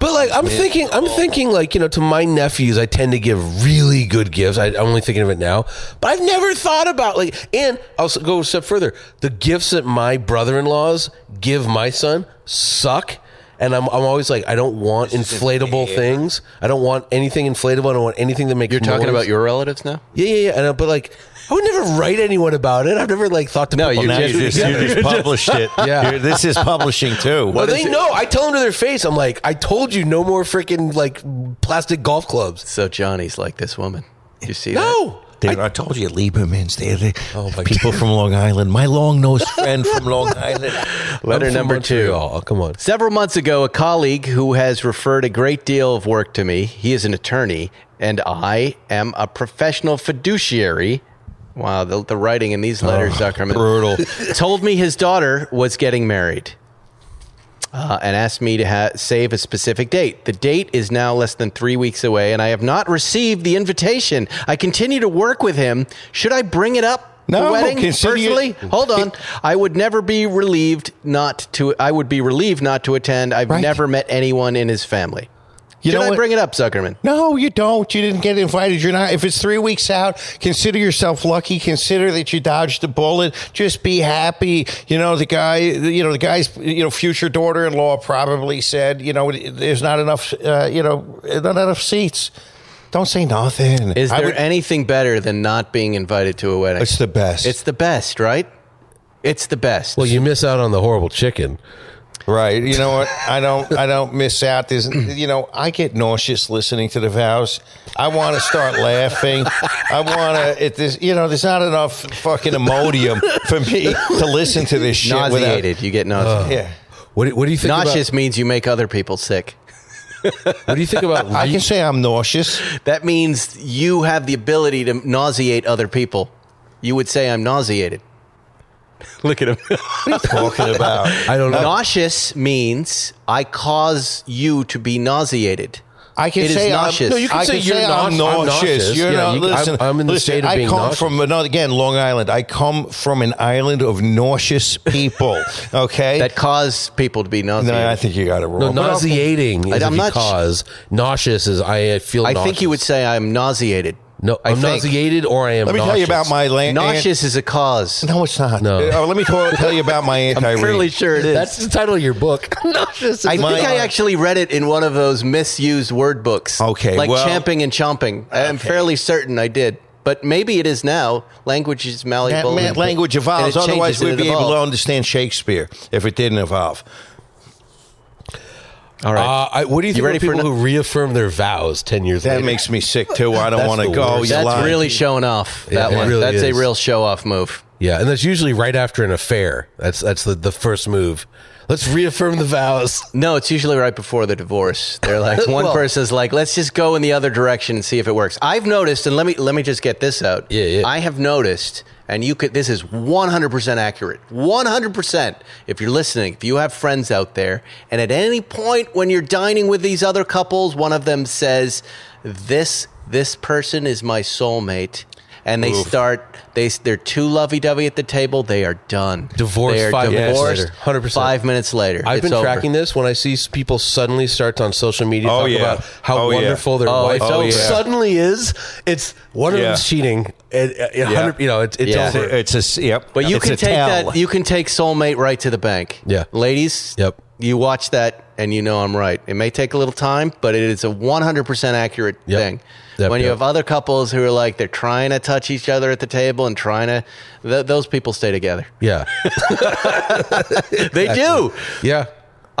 Speaker 4: But like I'm thinking, I'm thinking like you know, to my nephews, I tend to give really good gifts. I, I'm only thinking of it now, but I've never thought about like. And I'll s- go a step further. The gifts that my brother-in-laws give my son suck, and I'm I'm always like, I don't want inflatable things. I don't want anything inflatable. I don't want anything that makes.
Speaker 3: You're talking
Speaker 4: noise.
Speaker 3: about your relatives now.
Speaker 4: yeah, yeah, yeah. I know, but like, I would never write anyone about it. I've never like thought to.
Speaker 3: No,
Speaker 4: put my-
Speaker 3: you
Speaker 5: Now
Speaker 3: just-
Speaker 5: you just, you just published it.
Speaker 4: Yeah.
Speaker 5: You're- this is publishing too.
Speaker 4: Well, they know. I tell them to their face. I'm like, I told you, no more freaking like plastic golf clubs.
Speaker 3: So Johnny's like this woman. You see that?
Speaker 4: No.
Speaker 5: Dude, I, told you, Liebermans. They're the
Speaker 3: Oh,
Speaker 4: my
Speaker 5: people from Long Island. My long-nosed friend from Long Island.
Speaker 3: Letter
Speaker 4: I'm from
Speaker 3: number two.
Speaker 4: Montreal. Oh, come on.
Speaker 3: Several months ago, a colleague who has referred a great deal of work to me, he is an attorney, and I am a professional fiduciary. Wow, the, the writing in these letters, Zuckerman.
Speaker 5: brutal.
Speaker 3: told me his daughter was getting married uh, and asked me to ha- save a specific date. The date is now less than three weeks away, and I have not received the invitation. I continue to work with him. Should I bring it up? the
Speaker 5: No,
Speaker 3: wedding
Speaker 5: consider you-
Speaker 3: personally. Hold on, I would never be relieved not to. I would be relieved not to attend. I've
Speaker 5: Right.
Speaker 3: never met anyone in his family.
Speaker 5: You
Speaker 3: Should
Speaker 5: know
Speaker 3: I
Speaker 5: what?
Speaker 3: bring it up, Zuckerman?
Speaker 5: No, you don't. You didn't get invited. You're not. If it's three weeks out, consider yourself lucky. Consider that you dodged a bullet. Just be happy. You know the guy. You know the guy's. You know future daughter-in-law probably said. You know there's not enough. Uh, you know not enough seats. Don't say nothing.
Speaker 3: Is
Speaker 5: I
Speaker 3: there
Speaker 5: would-
Speaker 3: anything better than not being invited to a wedding?
Speaker 5: It's the best.
Speaker 3: It's the best, right? It's the best.
Speaker 4: Well, you miss out on the horrible chicken.
Speaker 5: Right. You know what? I don't. I don't miss out. There's, you know, I get nauseous listening to the vows. I want to start laughing. I want to. It this. You know, there's not enough fucking emodium for me to listen to this shit. without-
Speaker 3: nauseated. you get nauseous.
Speaker 5: yeah.
Speaker 4: What do, what do you think?
Speaker 3: nauseous means you make other people sick.
Speaker 4: About, what do you think about?
Speaker 5: I can say I'm nauseous.
Speaker 3: That means you have the ability to nauseate other people. You would say, "I'm nauseated." Look at him.
Speaker 5: Talking about.
Speaker 4: I don't know.
Speaker 3: nauseous means I cause you to be nauseated.
Speaker 5: I can
Speaker 3: It is
Speaker 5: say
Speaker 3: nauseous.
Speaker 5: I'm,
Speaker 3: No, you
Speaker 4: can
Speaker 5: I
Speaker 4: say you're
Speaker 5: I'm
Speaker 4: nau- I'm
Speaker 5: nauseous.
Speaker 4: nauseous.
Speaker 5: You're
Speaker 4: Yeah,
Speaker 5: not,
Speaker 4: you can-
Speaker 5: listen,
Speaker 4: I'm- I'm in the
Speaker 5: listen,
Speaker 4: state of
Speaker 5: I
Speaker 4: being
Speaker 5: come
Speaker 4: nauseous.
Speaker 5: from another again, Long Island. I come from an island of nauseous people. Okay.
Speaker 3: That cause people to be nauseated.
Speaker 5: no, I think you got it wrong.
Speaker 4: No,
Speaker 5: But I'll-
Speaker 4: nauseating is
Speaker 3: I- I'm
Speaker 4: if you
Speaker 3: not sh-
Speaker 4: cause. nauseous is I feel.
Speaker 3: I
Speaker 4: nauseous.
Speaker 3: think you would say, "I'm nauseated."
Speaker 4: No,
Speaker 3: I
Speaker 4: I'm
Speaker 3: think.
Speaker 4: nauseated or I am.
Speaker 5: Let me tell you about
Speaker 4: nauseous.
Speaker 5: my land.
Speaker 3: Nauseous is a cause.
Speaker 5: No, it's not.
Speaker 4: No.
Speaker 5: Uh, let me tell, tell you about my anti
Speaker 3: I'm fairly sure it is.
Speaker 4: That's the title of your book. nauseous. Is
Speaker 3: I
Speaker 5: My-
Speaker 3: think I actually read it in one of those misused word books.
Speaker 5: Okay,
Speaker 3: like
Speaker 5: well-
Speaker 3: champing and chomping. I'm fairly certain I did, but maybe it is now. Language is malleable. and-
Speaker 5: language
Speaker 3: and it
Speaker 5: evolves.
Speaker 3: changes
Speaker 5: Otherwise,
Speaker 3: and
Speaker 5: we'd
Speaker 3: it
Speaker 5: be able to
Speaker 3: evolves.
Speaker 5: understand Shakespeare if it didn't evolve.
Speaker 3: All right.
Speaker 4: Uh, I, what do you think
Speaker 3: ready
Speaker 4: about
Speaker 3: for
Speaker 4: people
Speaker 3: no-
Speaker 4: who reaffirm their vows ten years
Speaker 5: That
Speaker 4: later?
Speaker 5: makes me sick too. I don't
Speaker 4: That's
Speaker 5: want
Speaker 4: the
Speaker 5: to go.
Speaker 4: worst.
Speaker 5: You
Speaker 3: That's
Speaker 5: lied.
Speaker 3: really showing off. That
Speaker 4: Yeah, it
Speaker 3: one.
Speaker 4: really
Speaker 3: That's
Speaker 4: is.
Speaker 3: a real show off move.
Speaker 4: Yeah, and that's usually right after an affair. That's that's the, the first move. Let's reaffirm the vows.
Speaker 3: No, it's usually right before the divorce. They're like one
Speaker 4: Well-
Speaker 3: person's like, let's just go in the other direction and see if it works. I've noticed, and let me let me just get this out.
Speaker 4: Yeah, yeah.
Speaker 3: I have noticed, and you could. This is one hundred percent accurate. One hundred percent. If you're listening, if you have friends out there, and at any point when you're dining with these other couples, one of them says, "This this person is my soulmate." And they start. They they're too lovey-dovey at the table. They are done.
Speaker 4: Divorced
Speaker 3: They are
Speaker 4: five minutes
Speaker 3: divorced
Speaker 4: later. 100%.
Speaker 3: Five minutes later.
Speaker 4: I've
Speaker 3: It's
Speaker 4: been
Speaker 3: over.
Speaker 4: tracking this when I see s- people suddenly start on social media
Speaker 5: Oh,
Speaker 4: talking
Speaker 5: yeah.
Speaker 4: about how
Speaker 5: Oh, yeah.
Speaker 4: wonderful their
Speaker 3: Oh,
Speaker 4: wife
Speaker 3: it's Oh, over. yeah.
Speaker 4: suddenly is. It's one of
Speaker 5: Yeah.
Speaker 4: them's cheating. It, it- it
Speaker 5: Yeah.
Speaker 4: hundred- you know, it, it's
Speaker 3: Yeah.
Speaker 4: over.
Speaker 5: It's a s- yep.
Speaker 3: But you
Speaker 5: It's
Speaker 3: can
Speaker 5: a
Speaker 3: take
Speaker 5: tell.
Speaker 3: that. You can take soulmate right to the bank.
Speaker 4: Yeah.
Speaker 3: ladies.
Speaker 4: Yep.
Speaker 3: You watch that, and you know I'm right. It may take a little time, but it is a 100% accurate
Speaker 4: Yep.
Speaker 3: thing.
Speaker 4: Yep,
Speaker 3: when you
Speaker 4: yep.
Speaker 3: have other couples who are like they're trying to touch each other at the table and trying to, th- those people stay together.
Speaker 4: yeah,
Speaker 3: They do.
Speaker 4: yeah.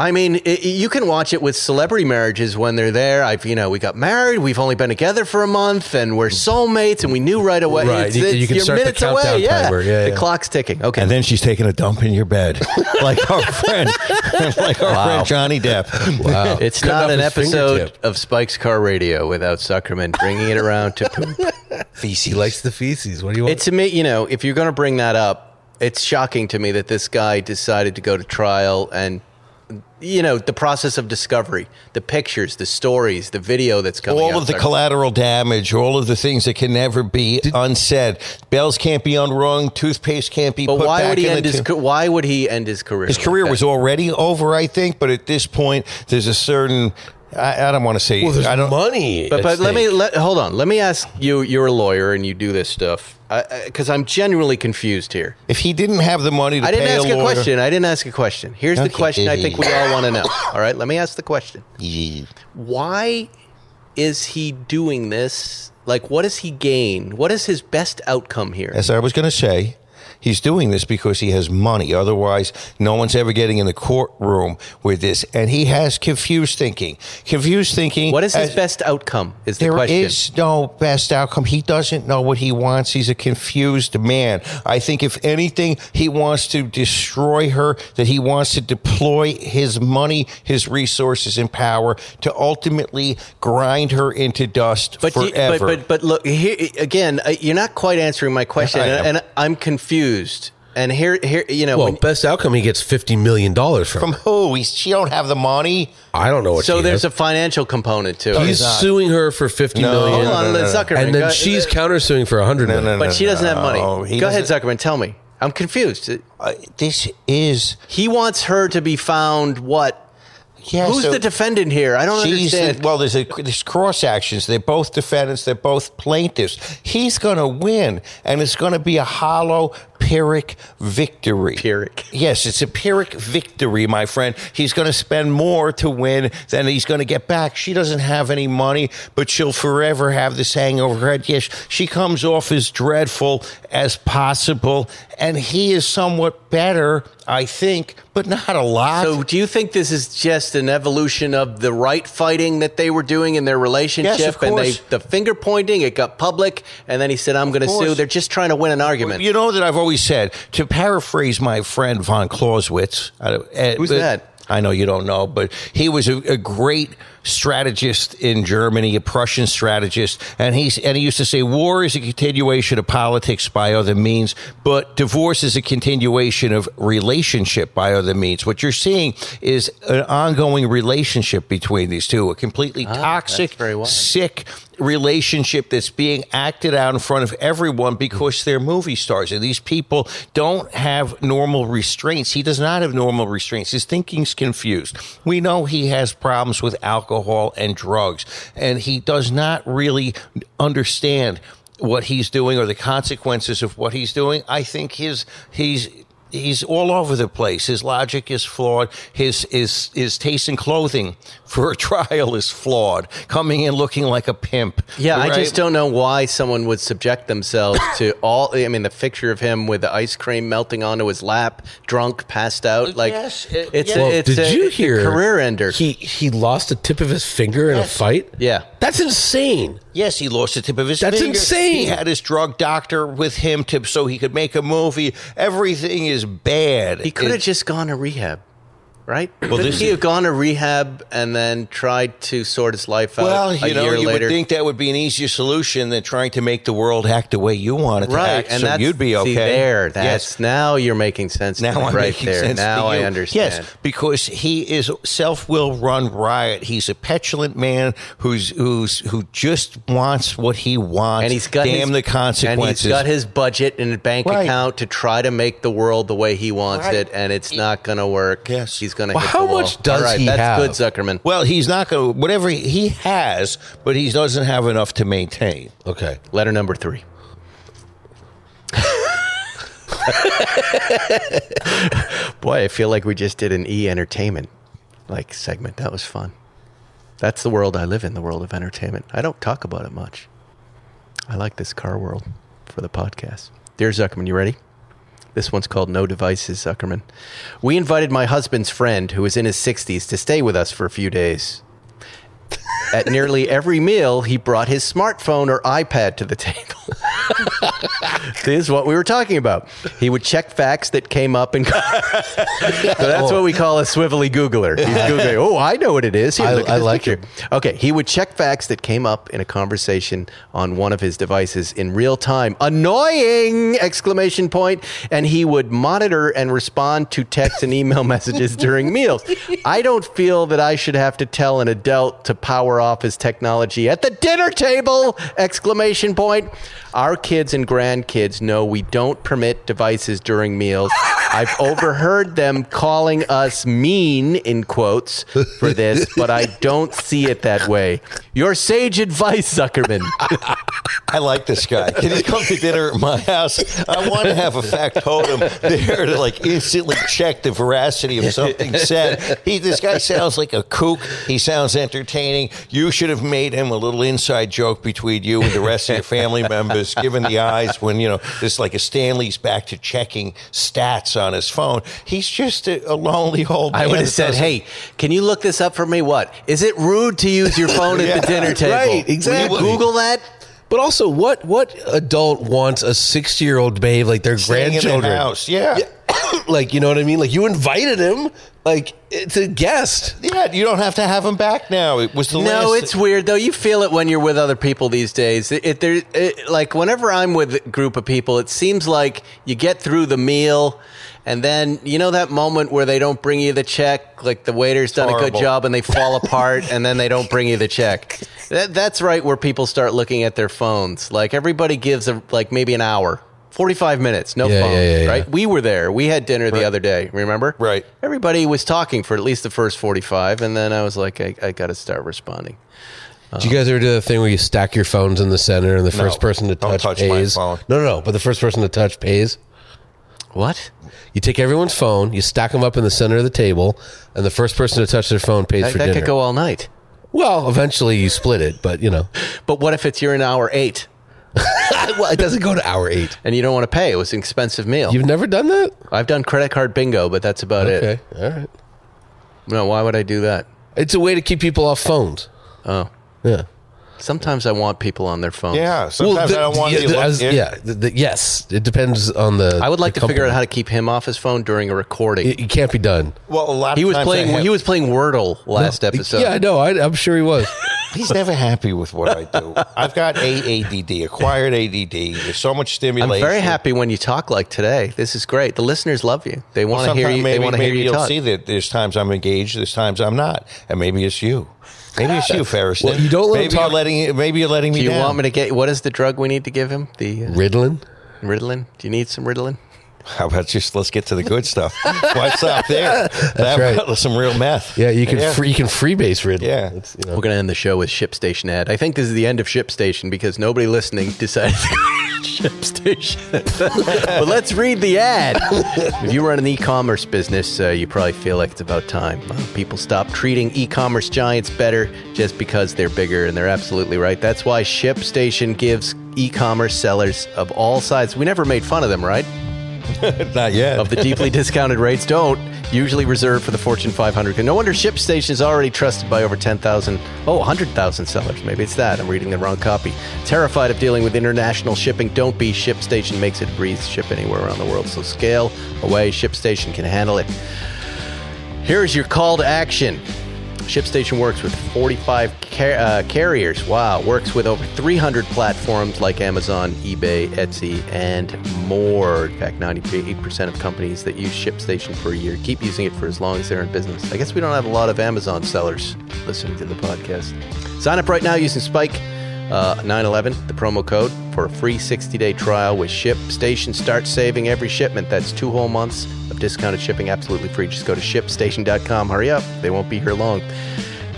Speaker 3: I mean, i i- you can watch it with celebrity marriages when they're there. I've, you know, we got married. We've only been together for a month, and we're soulmates, and we knew right away.
Speaker 4: Right. You- you can
Speaker 3: you're
Speaker 4: start the
Speaker 3: minutes
Speaker 4: countdown
Speaker 3: away. Yeah.
Speaker 4: timer. Yeah,
Speaker 3: the
Speaker 4: yeah.
Speaker 3: clock's ticking. Okay,
Speaker 5: And then she's taking a dump in your bed, like our friend, like our friend Johnny Depp.
Speaker 4: Wow.
Speaker 3: It's
Speaker 4: Cutting
Speaker 3: not
Speaker 4: off
Speaker 3: an
Speaker 4: his
Speaker 3: episode
Speaker 4: fingertip.
Speaker 3: of Spike's Car Radio without Zuckerman bringing it around to poop.
Speaker 5: Feces.
Speaker 4: He likes the feces. What do you want?
Speaker 3: It to me, you know, if you're going to bring that up, it's shocking to me that this guy decided to go to trial and, you know, the process of discovery, the pictures, the stories, the video that's coming.
Speaker 5: all
Speaker 3: out,
Speaker 5: of the
Speaker 3: Zuckerman.
Speaker 5: collateral damage, all of the things that can never be unsaid. Bells can't be unrung. Toothpaste can't be.
Speaker 3: But
Speaker 5: put
Speaker 3: why
Speaker 5: back
Speaker 3: would he
Speaker 5: in
Speaker 3: end
Speaker 5: the
Speaker 3: his?
Speaker 5: tube.
Speaker 3: ca- Why would he end his career?
Speaker 5: His career was already over, I think. But at this point, there's a certain. I, I don't want to say.
Speaker 4: well, there's
Speaker 5: I don't.
Speaker 4: money.
Speaker 3: But,
Speaker 4: at
Speaker 3: but let me
Speaker 4: stake.
Speaker 3: let hold on. Let me ask you. You're a lawyer and you do this stuff because I'm genuinely confused here.
Speaker 5: If he didn't have the money to
Speaker 3: I didn't
Speaker 5: pay
Speaker 3: ask a,
Speaker 5: lawyer,
Speaker 3: question. I didn't ask a question. Here's the
Speaker 6: Okay.
Speaker 3: question I think we all want to know. All right, let me ask the question.
Speaker 6: Yeah.
Speaker 3: Why is he doing this? Like, what does he gain? What is his best outcome here?
Speaker 5: as I was going to say, he's doing this because he has money. Otherwise, no one's ever getting in the courtroom with this. And he has confused thinking. Confused thinking.
Speaker 3: What is his
Speaker 5: as-
Speaker 3: best outcome? Is the
Speaker 5: There is
Speaker 3: question.
Speaker 5: no best outcome. He doesn't know what he wants. He's a confused man. I think, if anything, he wants to destroy her, that he wants to deploy his money, his resources, and power to ultimately grind her into dust
Speaker 3: do you-
Speaker 5: forever.
Speaker 3: but but but look here again. uh, You're not quite answering my question,
Speaker 5: I am.
Speaker 3: and, and I'm confused. And here here you know.
Speaker 4: Well,
Speaker 3: when-
Speaker 4: best outcome, he gets fifty million dollars from.
Speaker 5: From
Speaker 4: her.
Speaker 5: who? He's, she don't have the money.
Speaker 4: I don't know what.
Speaker 3: so
Speaker 4: she
Speaker 3: there's
Speaker 4: is.
Speaker 3: a financial component to it.
Speaker 4: He's suing her for fifty
Speaker 5: No.
Speaker 4: million,
Speaker 3: Hold on,
Speaker 5: no, no, no.
Speaker 3: Zuckerman.
Speaker 4: and then
Speaker 3: go- uh,
Speaker 4: she's countersuing for a hundred million.
Speaker 5: no,
Speaker 3: but she doesn't have money.
Speaker 5: No, he
Speaker 3: Go ahead,
Speaker 5: doesn't-
Speaker 3: Zuckerman. Tell me. I'm confused.
Speaker 5: Uh, this is
Speaker 3: He wants her to be found what?
Speaker 5: yeah,
Speaker 3: Who's
Speaker 5: so
Speaker 3: the defendant here? I don't
Speaker 5: she's the-
Speaker 3: understand.
Speaker 5: well, there's a, there's cross actions. They're both defendants. They're both plaintiffs. He's going to win, and it's going to be a hollow pyrrhic victory.
Speaker 3: Pyrrhic.
Speaker 5: Yes, it's a pyrrhic victory, my friend. He's going to spend more to win than he's going to get back. She doesn't have any money, but she'll forever have this hangover over her head. Yes, she comes off as dreadful as possible, and he is somewhat better, I think, but not a lot.
Speaker 3: so, do you think this is just an evolution of the right fighting that they were doing in their relationship, and they
Speaker 5: course.
Speaker 3: the finger pointing? It got public, and then he said, "I'm going to sue."
Speaker 5: course.
Speaker 3: They're just trying to win an argument.
Speaker 5: You know that I've always said, to paraphrase my friend von Clausewitz. I don't- eh,
Speaker 3: Who's
Speaker 5: but-
Speaker 3: that?
Speaker 5: I know you don't know, but he was a, a great strategist in Germany, a Prussian strategist, and he's and he used to say, "War is a continuation of politics by other means, but divorce is a continuation of relationship by other means." What you're seeing is an ongoing relationship between these two, a completely toxic,
Speaker 3: Ah, very wise.
Speaker 5: sick relationship that's being acted out in front of everyone because they're movie stars and these people don't have normal restraints. He does not have normal restraints. His thinking's confused. We know he has problems with alcohol and drugs, and he does not really understand what he's doing or the consequences of what he's doing. I think his he's he's all over the place. His logic is flawed. His his his taste in clothing for a trial is flawed. Coming in looking like a pimp.
Speaker 3: Yeah, I just
Speaker 5: right?
Speaker 3: don't know why someone would subject themselves to all. I mean, the picture of him with the ice cream melting onto his lap, drunk, passed out. Like,
Speaker 5: Yes, it-
Speaker 3: it's
Speaker 5: yeah.
Speaker 3: a,
Speaker 5: Well,
Speaker 3: it's
Speaker 4: Did
Speaker 3: a-
Speaker 4: you
Speaker 3: it's a
Speaker 4: hear
Speaker 3: career ender.
Speaker 4: He he lost the tip of his finger in a fight.
Speaker 3: Yeah.
Speaker 4: that's insane.
Speaker 5: Yes, he lost the tip of his
Speaker 4: That's
Speaker 5: finger.
Speaker 4: insane.
Speaker 5: He had his drug doctor with him to so he could make a movie. Everything is bad.
Speaker 3: He could have
Speaker 5: It-
Speaker 3: just gone to rehab, right? Well,
Speaker 5: this
Speaker 3: he
Speaker 5: is-
Speaker 3: have gone to rehab and then tried to sort his life out
Speaker 5: Well,
Speaker 3: a
Speaker 5: you know,
Speaker 3: year
Speaker 5: you
Speaker 3: later?
Speaker 5: would think that would be an easier solution than trying to make the world act the way you want it to
Speaker 3: right,
Speaker 5: act.
Speaker 3: and
Speaker 5: so
Speaker 3: that's
Speaker 5: you'd be okay
Speaker 3: see, there. That's
Speaker 5: yes.
Speaker 3: now you're making sense. to
Speaker 5: Now
Speaker 3: me
Speaker 5: I'm
Speaker 3: right
Speaker 5: making
Speaker 3: there.
Speaker 5: sense to
Speaker 3: now I
Speaker 5: you.
Speaker 3: understand.
Speaker 5: Yes, because he is self-will run riot. He's a petulant man who's who's who just wants what he wants.
Speaker 3: and he's got
Speaker 5: damn
Speaker 3: his,
Speaker 5: the consequences.
Speaker 3: And he's got his budget and a bank
Speaker 5: Right.
Speaker 3: account to try to make the world the way he wants
Speaker 5: Right.
Speaker 3: it, and it's not going to work.
Speaker 5: Yes.
Speaker 3: he's going to.
Speaker 4: Well,
Speaker 3: hit the
Speaker 4: how
Speaker 3: wall.
Speaker 4: much does
Speaker 3: All right,
Speaker 4: he
Speaker 3: that's
Speaker 4: have?
Speaker 3: good, Zuckerman.
Speaker 5: well, he's not going to whatever he, he has, but he doesn't have enough to maintain.
Speaker 4: Okay.
Speaker 3: Letter number three. Boy, I feel like we just did an e entertainment like segment. That was fun. That's the world I live in, the world of entertainment. I don't talk about it much. I like this car world for the podcast. Dear Zuckerman, you ready? This one's called No Devices, Zuckerman. We invited my husband's friend, who is in his 60s, to stay with us for a few days. At nearly every meal, he brought his smartphone or iPad to the table. this is what we were talking about. He would check facts that came up and so that's what we call a swivelly Googler. He's Googling, oh, I know what it is. Here,
Speaker 4: I-
Speaker 3: look at
Speaker 4: I
Speaker 3: this
Speaker 4: like
Speaker 3: picture." Okay, he would check facts that came up in a conversation on one of his devices in real time. Annoying! Exclamation point! And he would monitor and respond to text and email messages during meals. I don't feel that I should have to tell an adult to power off his technology at the dinner table! Exclamation point! Our kids and grandkids know we don't permit devices during meals. I've overheard them calling us mean in quotes for this, but I don't see it that way. Your sage advice, Zuckerman.
Speaker 5: I like this guy. Can he come to dinner at my house? I want to have a factotum there to like instantly check the veracity of something said. He, this guy sounds like a kook. He sounds entertaining. You should have made him a little inside joke between you and the rest of your family members, given the eyes when, you know, this like a Stanley's back to checking stats on his phone. He's just a, a lonely old man.
Speaker 3: I would
Speaker 5: that
Speaker 3: have said,
Speaker 5: doesn't-
Speaker 3: "Hey, can you look this up for me? What is it rude to use your phone at
Speaker 5: Yeah,
Speaker 3: the dinner table?
Speaker 4: right,
Speaker 3: Will you
Speaker 4: exactly.
Speaker 3: Google that."
Speaker 4: But also, what what adult wants a sixty year old babe like their
Speaker 5: staying in the
Speaker 4: grandchildren?
Speaker 5: house. Yeah. yeah.
Speaker 4: like you know what I mean? Like you invited him, like it's a guest.
Speaker 5: you don't have to have him back now. It was the
Speaker 3: No,
Speaker 5: last
Speaker 3: it's weird though. You feel it when you're with other people these days. It, it, there, it, like whenever I'm with a group of people, it seems like you get through the meal, and then you know that moment where they don't bring you the check, like the waiter's done a
Speaker 5: horrible.
Speaker 3: good job, and they fall apart, and then they don't bring you the check. That, that's right where people start looking at their phones. Like everybody gives a like maybe an hour. 45 minutes, no
Speaker 4: Yeah,
Speaker 3: phone,
Speaker 4: yeah, yeah, yeah.
Speaker 3: right? We were there. We had dinner the other day, remember?
Speaker 5: Right.
Speaker 3: Everybody was talking for at least the first 45, and then I was like, I, I got to start responding.
Speaker 4: Do you guys ever do the thing where you stack your phones in the center and the
Speaker 5: No.
Speaker 4: first person to
Speaker 5: Don't
Speaker 4: touch,
Speaker 5: touch my
Speaker 4: pays?
Speaker 5: phone.
Speaker 4: No, no, no, but the first person to touch pays.
Speaker 3: What?
Speaker 4: You take everyone's phone, you stack them up in the center of the table, and the first person to touch their phone pays
Speaker 3: That,
Speaker 4: for
Speaker 3: that
Speaker 4: dinner.
Speaker 3: could go all night.
Speaker 4: well, eventually you split it, but you know,
Speaker 3: But what if it's you're in hour eight
Speaker 4: well, it doesn't go to hour eight.
Speaker 3: and you don't want to pay? It was an expensive meal.
Speaker 4: You've never done that?
Speaker 3: I've done credit card bingo, but that's about
Speaker 4: Okay,
Speaker 3: it.
Speaker 4: all right.
Speaker 3: No, why would I do that?
Speaker 4: It's a way to keep people off phones.
Speaker 3: Oh,
Speaker 4: Yeah.
Speaker 3: sometimes I want people on their phones.
Speaker 5: Yeah, sometimes
Speaker 4: the-
Speaker 5: I don't want
Speaker 4: yeah,
Speaker 5: to be
Speaker 4: the-
Speaker 5: looked
Speaker 4: as-
Speaker 5: at.
Speaker 4: yeah, the- the- yes, it depends on the.
Speaker 3: I would like
Speaker 4: the
Speaker 3: to figure out
Speaker 4: company.
Speaker 3: how to keep him off his phone during a recording.
Speaker 4: It, it can't be done.
Speaker 5: Well, a lot.
Speaker 3: he
Speaker 5: of
Speaker 3: was
Speaker 5: times I
Speaker 3: playing.
Speaker 5: have-
Speaker 3: He was playing Wordle last episode.
Speaker 4: Yeah, I know. I, I'm sure he was.
Speaker 5: He's never happy with what I do. I've got AADD, acquired ADD. There's so much
Speaker 3: I'm
Speaker 5: stimulation.
Speaker 3: very happy when you talk like today. This is great. The listeners love you. They want to hear
Speaker 5: Sometimes
Speaker 3: you.
Speaker 5: maybe,
Speaker 3: they want to hear
Speaker 5: maybe
Speaker 3: you
Speaker 5: you'll
Speaker 3: talk.
Speaker 5: see that there's times I'm engaged, there's times I'm not, and maybe it's you. Maybe it's you, Ferris.
Speaker 4: Well, you don't let him
Speaker 5: maybe
Speaker 4: talk-
Speaker 5: You're letting, maybe you're letting me
Speaker 3: Do you
Speaker 5: down.
Speaker 3: want me to get? What is the drug we need to give him? The uh,
Speaker 4: Riddlin.
Speaker 3: Ritalin. Do you need some Ritalin?
Speaker 5: How about just let's get to the good stuff? Why stop there? That's
Speaker 4: right.
Speaker 5: Some real meth.
Speaker 4: Yeah, you can
Speaker 5: Yeah.
Speaker 4: free, you can freebase Riddlin.
Speaker 5: Yeah.
Speaker 4: It's, you know.
Speaker 3: We're going to end the show with ShipStation ad. I think this is the end of ShipStation because nobody listening decided to go to ShipStation. but let's read the ad. if you run an e-commerce business, uh, you probably feel like it's about time. Uh, people stop treating e-commerce giants better just because they're bigger, and they're absolutely right. That's why ShipStation gives e-commerce sellers of all sizes. We never made fun of them, right?
Speaker 5: Not yet.
Speaker 3: of the deeply discounted rates don't. usually reserved for the Fortune 500. No wonder ShipStation is already trusted by over 10,000, oh, 100,000 sellers. Maybe it's that. I'm reading the wrong copy. Terrified of dealing with international shipping? Don't be. ShipStation makes it breathe ship anywhere around the world. So scale away. ShipStation can handle it. Here is your call to action. ShipStation works with 45 car- uh, carriers. Wow. Works with over 300 platforms like Amazon, eBay, Etsy, and more. In fact, 98% of companies that use ShipStation for a year keep using it for as long as they're in business. I guess we don't have a lot of Amazon sellers listening to the podcast. Sign up right now using Spike uh, 911, the promo code for a free 60 day trial with ShipStation. Start saving every shipment. That's two whole months of discounted shipping absolutely free. Just go to shipstation.com. Hurry up, they won't be here long.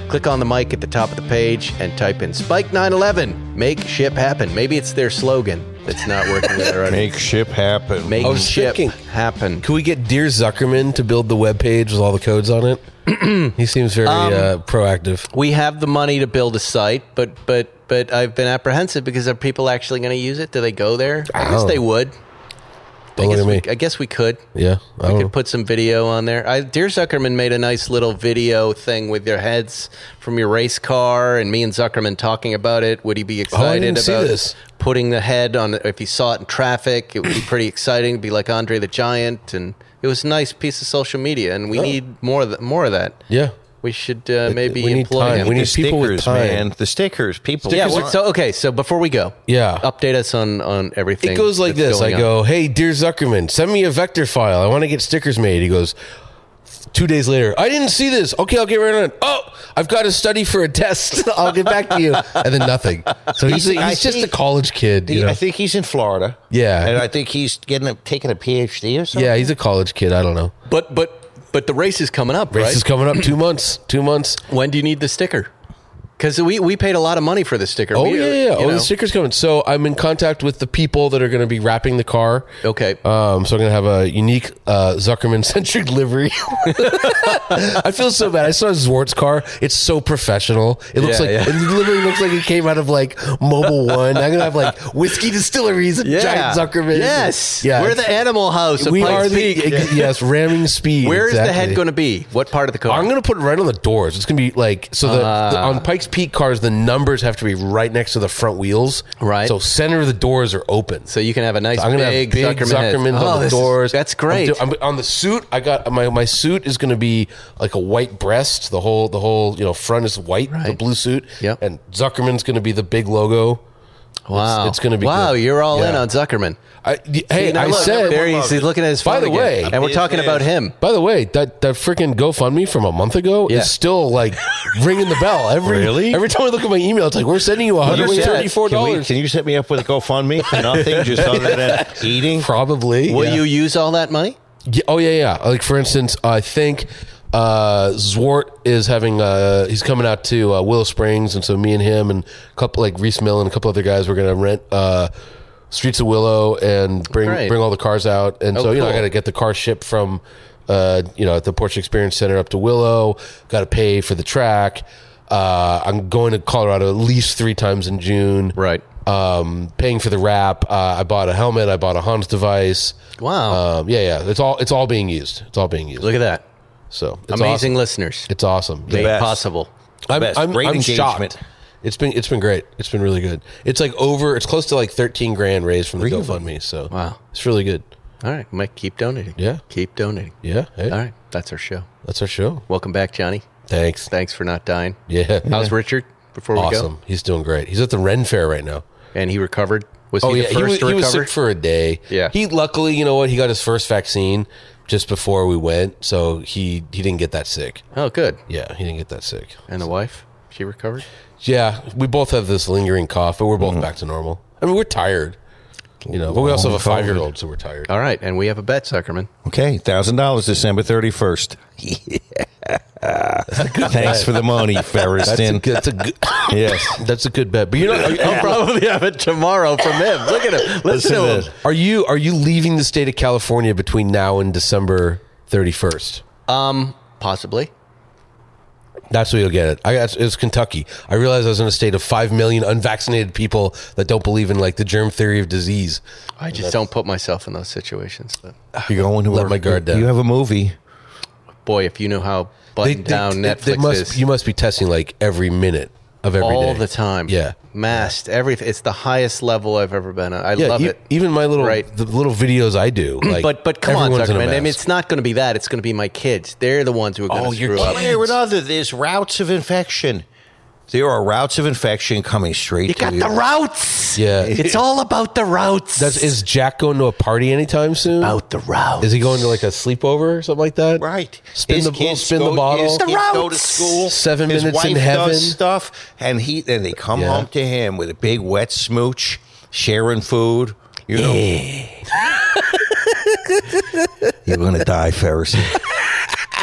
Speaker 3: Click on the mic at the top of the page and type in Spike 911. Make ship happen. Maybe it's their slogan that's not working with their audience.
Speaker 5: Make ship happen.
Speaker 3: Make,
Speaker 4: I was
Speaker 3: ship
Speaker 4: thinking-
Speaker 3: happen.
Speaker 4: Could we get Dear Zuckerman to build the webpage with all the codes on it? he seems very
Speaker 3: Um,
Speaker 4: uh, proactive.
Speaker 3: we have the money to build a site, but but but I've been apprehensive because are people actually going to use it? Do they go there? I guess
Speaker 4: Oh.
Speaker 3: they would. I
Speaker 4: Don't look
Speaker 3: guess,
Speaker 4: at me. Oh.
Speaker 3: We, I guess we could.
Speaker 4: yeah, I
Speaker 3: We
Speaker 4: don't
Speaker 3: could put some video on there. I, Dear Zuckerman made a nice little video thing with your heads from your race car, and me and Zuckerman talking about it. Would he be excited
Speaker 4: Oh, didn't see
Speaker 3: about
Speaker 4: this.
Speaker 3: putting the head on? If he saw it in traffic, it would be pretty exciting. It'd be like Andre the Giant, and it was a nice piece of social media. And we need more of th- more of that.
Speaker 4: Oh. yeah.
Speaker 3: We should uh, maybe
Speaker 4: we need
Speaker 3: employ
Speaker 4: time.
Speaker 3: him.
Speaker 4: We
Speaker 5: The
Speaker 4: need people with
Speaker 5: stickers,
Speaker 4: time.
Speaker 5: man. The stickers, people.
Speaker 3: Yeah.
Speaker 5: want-
Speaker 3: what- so okay. So before we go,
Speaker 4: Yeah.
Speaker 3: update us on on everything.
Speaker 4: It goes like
Speaker 3: that's
Speaker 4: this. I
Speaker 3: going on.
Speaker 4: go, "Hey, dear Zuckerman, send me a vector file. I want to get stickers made." He goes, two days later, I didn't see this. Okay, I'll get right on it. Oh, I've got to study for a test. I'll get back to you." And then nothing. So he's,
Speaker 5: see, I
Speaker 4: he's just
Speaker 5: think-
Speaker 4: a college kid.
Speaker 5: He-
Speaker 4: You know?
Speaker 5: I think he's in Florida.
Speaker 4: Yeah.
Speaker 5: and I think he's getting a, taking a PhD or something.
Speaker 4: yeah, he's a college kid. I don't know.
Speaker 3: But but but the race is coming up,
Speaker 4: Race
Speaker 3: right?
Speaker 4: is coming up. Two months. Two months.
Speaker 3: when do you need the sticker? Because we we paid a lot of money for the sticker.
Speaker 4: Oh
Speaker 3: We-
Speaker 4: yeah, yeah.
Speaker 3: you
Speaker 4: Oh,
Speaker 3: know.
Speaker 4: the sticker's coming. So I'm in contact with the people that are going to be wrapping the car.
Speaker 3: Okay.
Speaker 4: Um, so I'm gonna have a unique uh, Zuckerman centric livery. I feel so bad. I saw Zwart's car. It's so professional. It looks
Speaker 3: Yeah,
Speaker 4: like
Speaker 3: yeah.
Speaker 4: it literally looks like it came out of like Mobile One. I'm gonna have like whiskey distilleries and giant Zuckerman.
Speaker 3: Yes.
Speaker 4: Yeah.
Speaker 3: We're the animal house. Of
Speaker 4: we
Speaker 3: Pikes
Speaker 4: are the
Speaker 3: Peak.
Speaker 4: ex- yes ramming speed.
Speaker 3: Where is the
Speaker 4: exactly.
Speaker 3: head going to be? What part of the car?
Speaker 4: I'm gonna put it right on the doors. It's gonna be like so. The, the-
Speaker 3: Ah.
Speaker 4: on Pikes Peak cars, the numbers have to be right next to the front wheels.
Speaker 3: Right.
Speaker 4: So center of the doors are open.
Speaker 3: so you can have a nice
Speaker 4: I'm gonna
Speaker 3: big,
Speaker 4: have big
Speaker 3: Zuckerman, head.
Speaker 4: Zuckermans
Speaker 3: Oh,
Speaker 4: on the
Speaker 3: this is-
Speaker 4: doors.
Speaker 3: that's
Speaker 4: I'm
Speaker 3: great.
Speaker 4: do- I'm, on the suit, I got my my suit is gonna be like a white breast. The whole the whole you know front is white. The
Speaker 3: Right.
Speaker 4: blue suit.
Speaker 3: Yep.
Speaker 4: And Zuckerman's gonna be the big logo.
Speaker 3: wow.
Speaker 4: it's gonna be
Speaker 3: Wow.
Speaker 4: good.
Speaker 3: You're all in
Speaker 4: Yeah.
Speaker 3: on Zuckerman.
Speaker 4: I, y- hey,
Speaker 3: Now
Speaker 4: I
Speaker 3: look,
Speaker 4: said.
Speaker 3: there he's, he's looking at his
Speaker 4: By
Speaker 3: phone
Speaker 4: the
Speaker 3: again.
Speaker 4: way-
Speaker 3: and we're talking about him.
Speaker 4: by the way, that that freaking GoFundMe from a month ago
Speaker 3: Yeah.
Speaker 4: is still like ringing the bell. Every
Speaker 5: Really?
Speaker 4: every time I look at my email, it's like we're sending you
Speaker 5: Can you set-
Speaker 4: $134.
Speaker 5: Can, we- can you set me up with a GoFundMe for nothing, just other than eating?
Speaker 4: Probably.
Speaker 3: Will
Speaker 4: yeah.
Speaker 3: you use all that money?
Speaker 4: Yeah, oh yeah, yeah. Like for instance, I think uh, Zwart is having uh, he's coming out to uh, Willow Springs, and so me and him and a couple like Reese Mill and a couple other guys we're gonna rent uh, Streets of Willow and bring
Speaker 3: Great.
Speaker 4: bring all the cars out, and
Speaker 3: Oh,
Speaker 4: so you know I
Speaker 3: cool.
Speaker 4: gotta get the car shipped from uh, you know at the Porsche Experience Center up to Willow. Got to pay for the track. Uh, I'm going to Colorado at least three times in June.
Speaker 3: Right.
Speaker 4: Um, paying for the wrap. Uh, I bought a helmet. I bought a Hans device.
Speaker 3: Wow.
Speaker 4: Um, yeah, yeah. It's all it's all being used. It's all being used.
Speaker 3: Uh, Look at that.
Speaker 4: So it's
Speaker 3: Amazing
Speaker 4: awesome.
Speaker 3: listeners.
Speaker 4: It's awesome.
Speaker 3: Made
Speaker 5: best.
Speaker 3: possible.
Speaker 4: I'm,
Speaker 5: best.
Speaker 4: I'm,
Speaker 5: Great
Speaker 4: I'm
Speaker 5: engagement.
Speaker 4: shocked. It's been it's been great. It's been really good. It's like over. It's close to like thirteen grand raised from the GoFundMe. So
Speaker 3: Wow.
Speaker 4: it's really good.
Speaker 3: All right, Mike, keep donating.
Speaker 4: Yeah.
Speaker 3: Keep donating.
Speaker 4: Yeah. Hey,
Speaker 3: All right, that's our show.
Speaker 4: That's our show.
Speaker 3: Welcome back, Johnny.
Speaker 4: Thanks.
Speaker 3: Thanks for not dying.
Speaker 4: Yeah.
Speaker 3: How's Richard before we
Speaker 4: awesome.
Speaker 3: go?
Speaker 4: He's doing great. He's at the Ren Fair right now.
Speaker 3: And he recovered. Was he the
Speaker 4: Oh, he was,
Speaker 3: Oh, first to
Speaker 4: he was
Speaker 3: recover?
Speaker 4: sick for a day.
Speaker 3: Yeah.
Speaker 4: He luckily, you know what? He got his first vaccine just before we went, so he he didn't get that sick.
Speaker 3: oh, good.
Speaker 4: Yeah, he didn't get that sick.
Speaker 3: And the wife, she recovered.
Speaker 4: Yeah, we both have this lingering cough, but we're both
Speaker 3: Mm-hmm.
Speaker 4: back to normal. I mean, we're tired, you know, but we also have a five year old, so we're tired.
Speaker 3: All right, and we have a bet, Zuckerman.
Speaker 5: Okay, thousand dollars, December thirty first. Thanks for the money,
Speaker 4: That's a
Speaker 5: Ferriston.
Speaker 4: good. That's a good.
Speaker 5: yes.
Speaker 4: That's a good bet. But you know, are,
Speaker 3: I'll probably have it tomorrow from him. Look at him. Listen, to him.
Speaker 4: are you are you leaving the state of California between now and December thirty first?
Speaker 3: Um, possibly.
Speaker 4: That's where you'll get it. I got it was Kentucky. I realized I was in a state of five million unvaccinated people that don't believe in like the germ theory of disease.
Speaker 3: I just don't put myself in those situations. But
Speaker 5: You're going to
Speaker 4: Let
Speaker 5: work.
Speaker 4: my guard down.
Speaker 5: You have a movie.
Speaker 3: boy, if you knew how buttoned down Netflix
Speaker 4: must,
Speaker 3: is.
Speaker 4: You must be testing like every minute of every day.
Speaker 3: all the time.
Speaker 4: Yeah.
Speaker 3: masked. Everything. It's the highest level I've ever been. at. I
Speaker 4: Yeah,
Speaker 3: love
Speaker 4: e-
Speaker 3: it.
Speaker 4: Even my little
Speaker 3: Right.
Speaker 4: the little videos I do, like,
Speaker 3: but but come on,
Speaker 4: everyone's in a
Speaker 3: Zuckerman. I mean,
Speaker 4: mask.
Speaker 3: it's not going to be that. It's going to be my kids. They're the ones who are going to
Speaker 4: Oh, your
Speaker 3: screw up.
Speaker 4: kids.
Speaker 5: One way or another, there's routes of infection. There are routes of infection coming straight
Speaker 3: You
Speaker 5: to
Speaker 3: got
Speaker 5: you.
Speaker 3: the routes.
Speaker 4: Yeah.
Speaker 3: it's all about the routes.
Speaker 4: That's, is Jack going to a party anytime soon?
Speaker 3: about the routes.
Speaker 4: Is he going to like a sleepover or something like that?
Speaker 5: Right.
Speaker 4: Spin
Speaker 5: His
Speaker 4: the we'll
Speaker 5: kids
Speaker 4: spin
Speaker 5: go-
Speaker 4: the bottle.
Speaker 5: His kids go to
Speaker 3: routes.
Speaker 5: school.
Speaker 4: Seven
Speaker 5: his
Speaker 4: minutes in
Speaker 5: wife does
Speaker 4: heaven.
Speaker 5: stuff, and he then they come
Speaker 4: Yeah.
Speaker 5: home to him with a big wet smooch, sharing food. You know, you're gonna die, Ferris.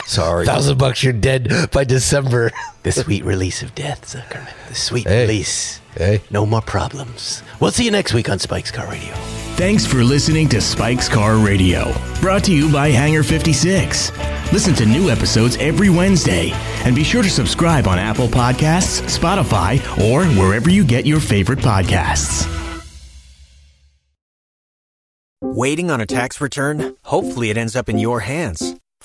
Speaker 5: Sorry.
Speaker 4: Thousand bucks, you're dead by December.
Speaker 3: the sweet release of death, Zuckerman? The sweet
Speaker 4: Hey.
Speaker 3: release.
Speaker 4: Hey.
Speaker 3: No more problems. We'll see you next week on Spike's Car Radio.
Speaker 1: Thanks for listening to Spike's Car Radio, brought to you by Hangar 56. Listen to new episodes every Wednesday, and be sure to subscribe on Apple Podcasts, Spotify, or wherever you get your favorite podcasts.
Speaker 7: Waiting on a tax return? Hopefully, it ends up in your hands.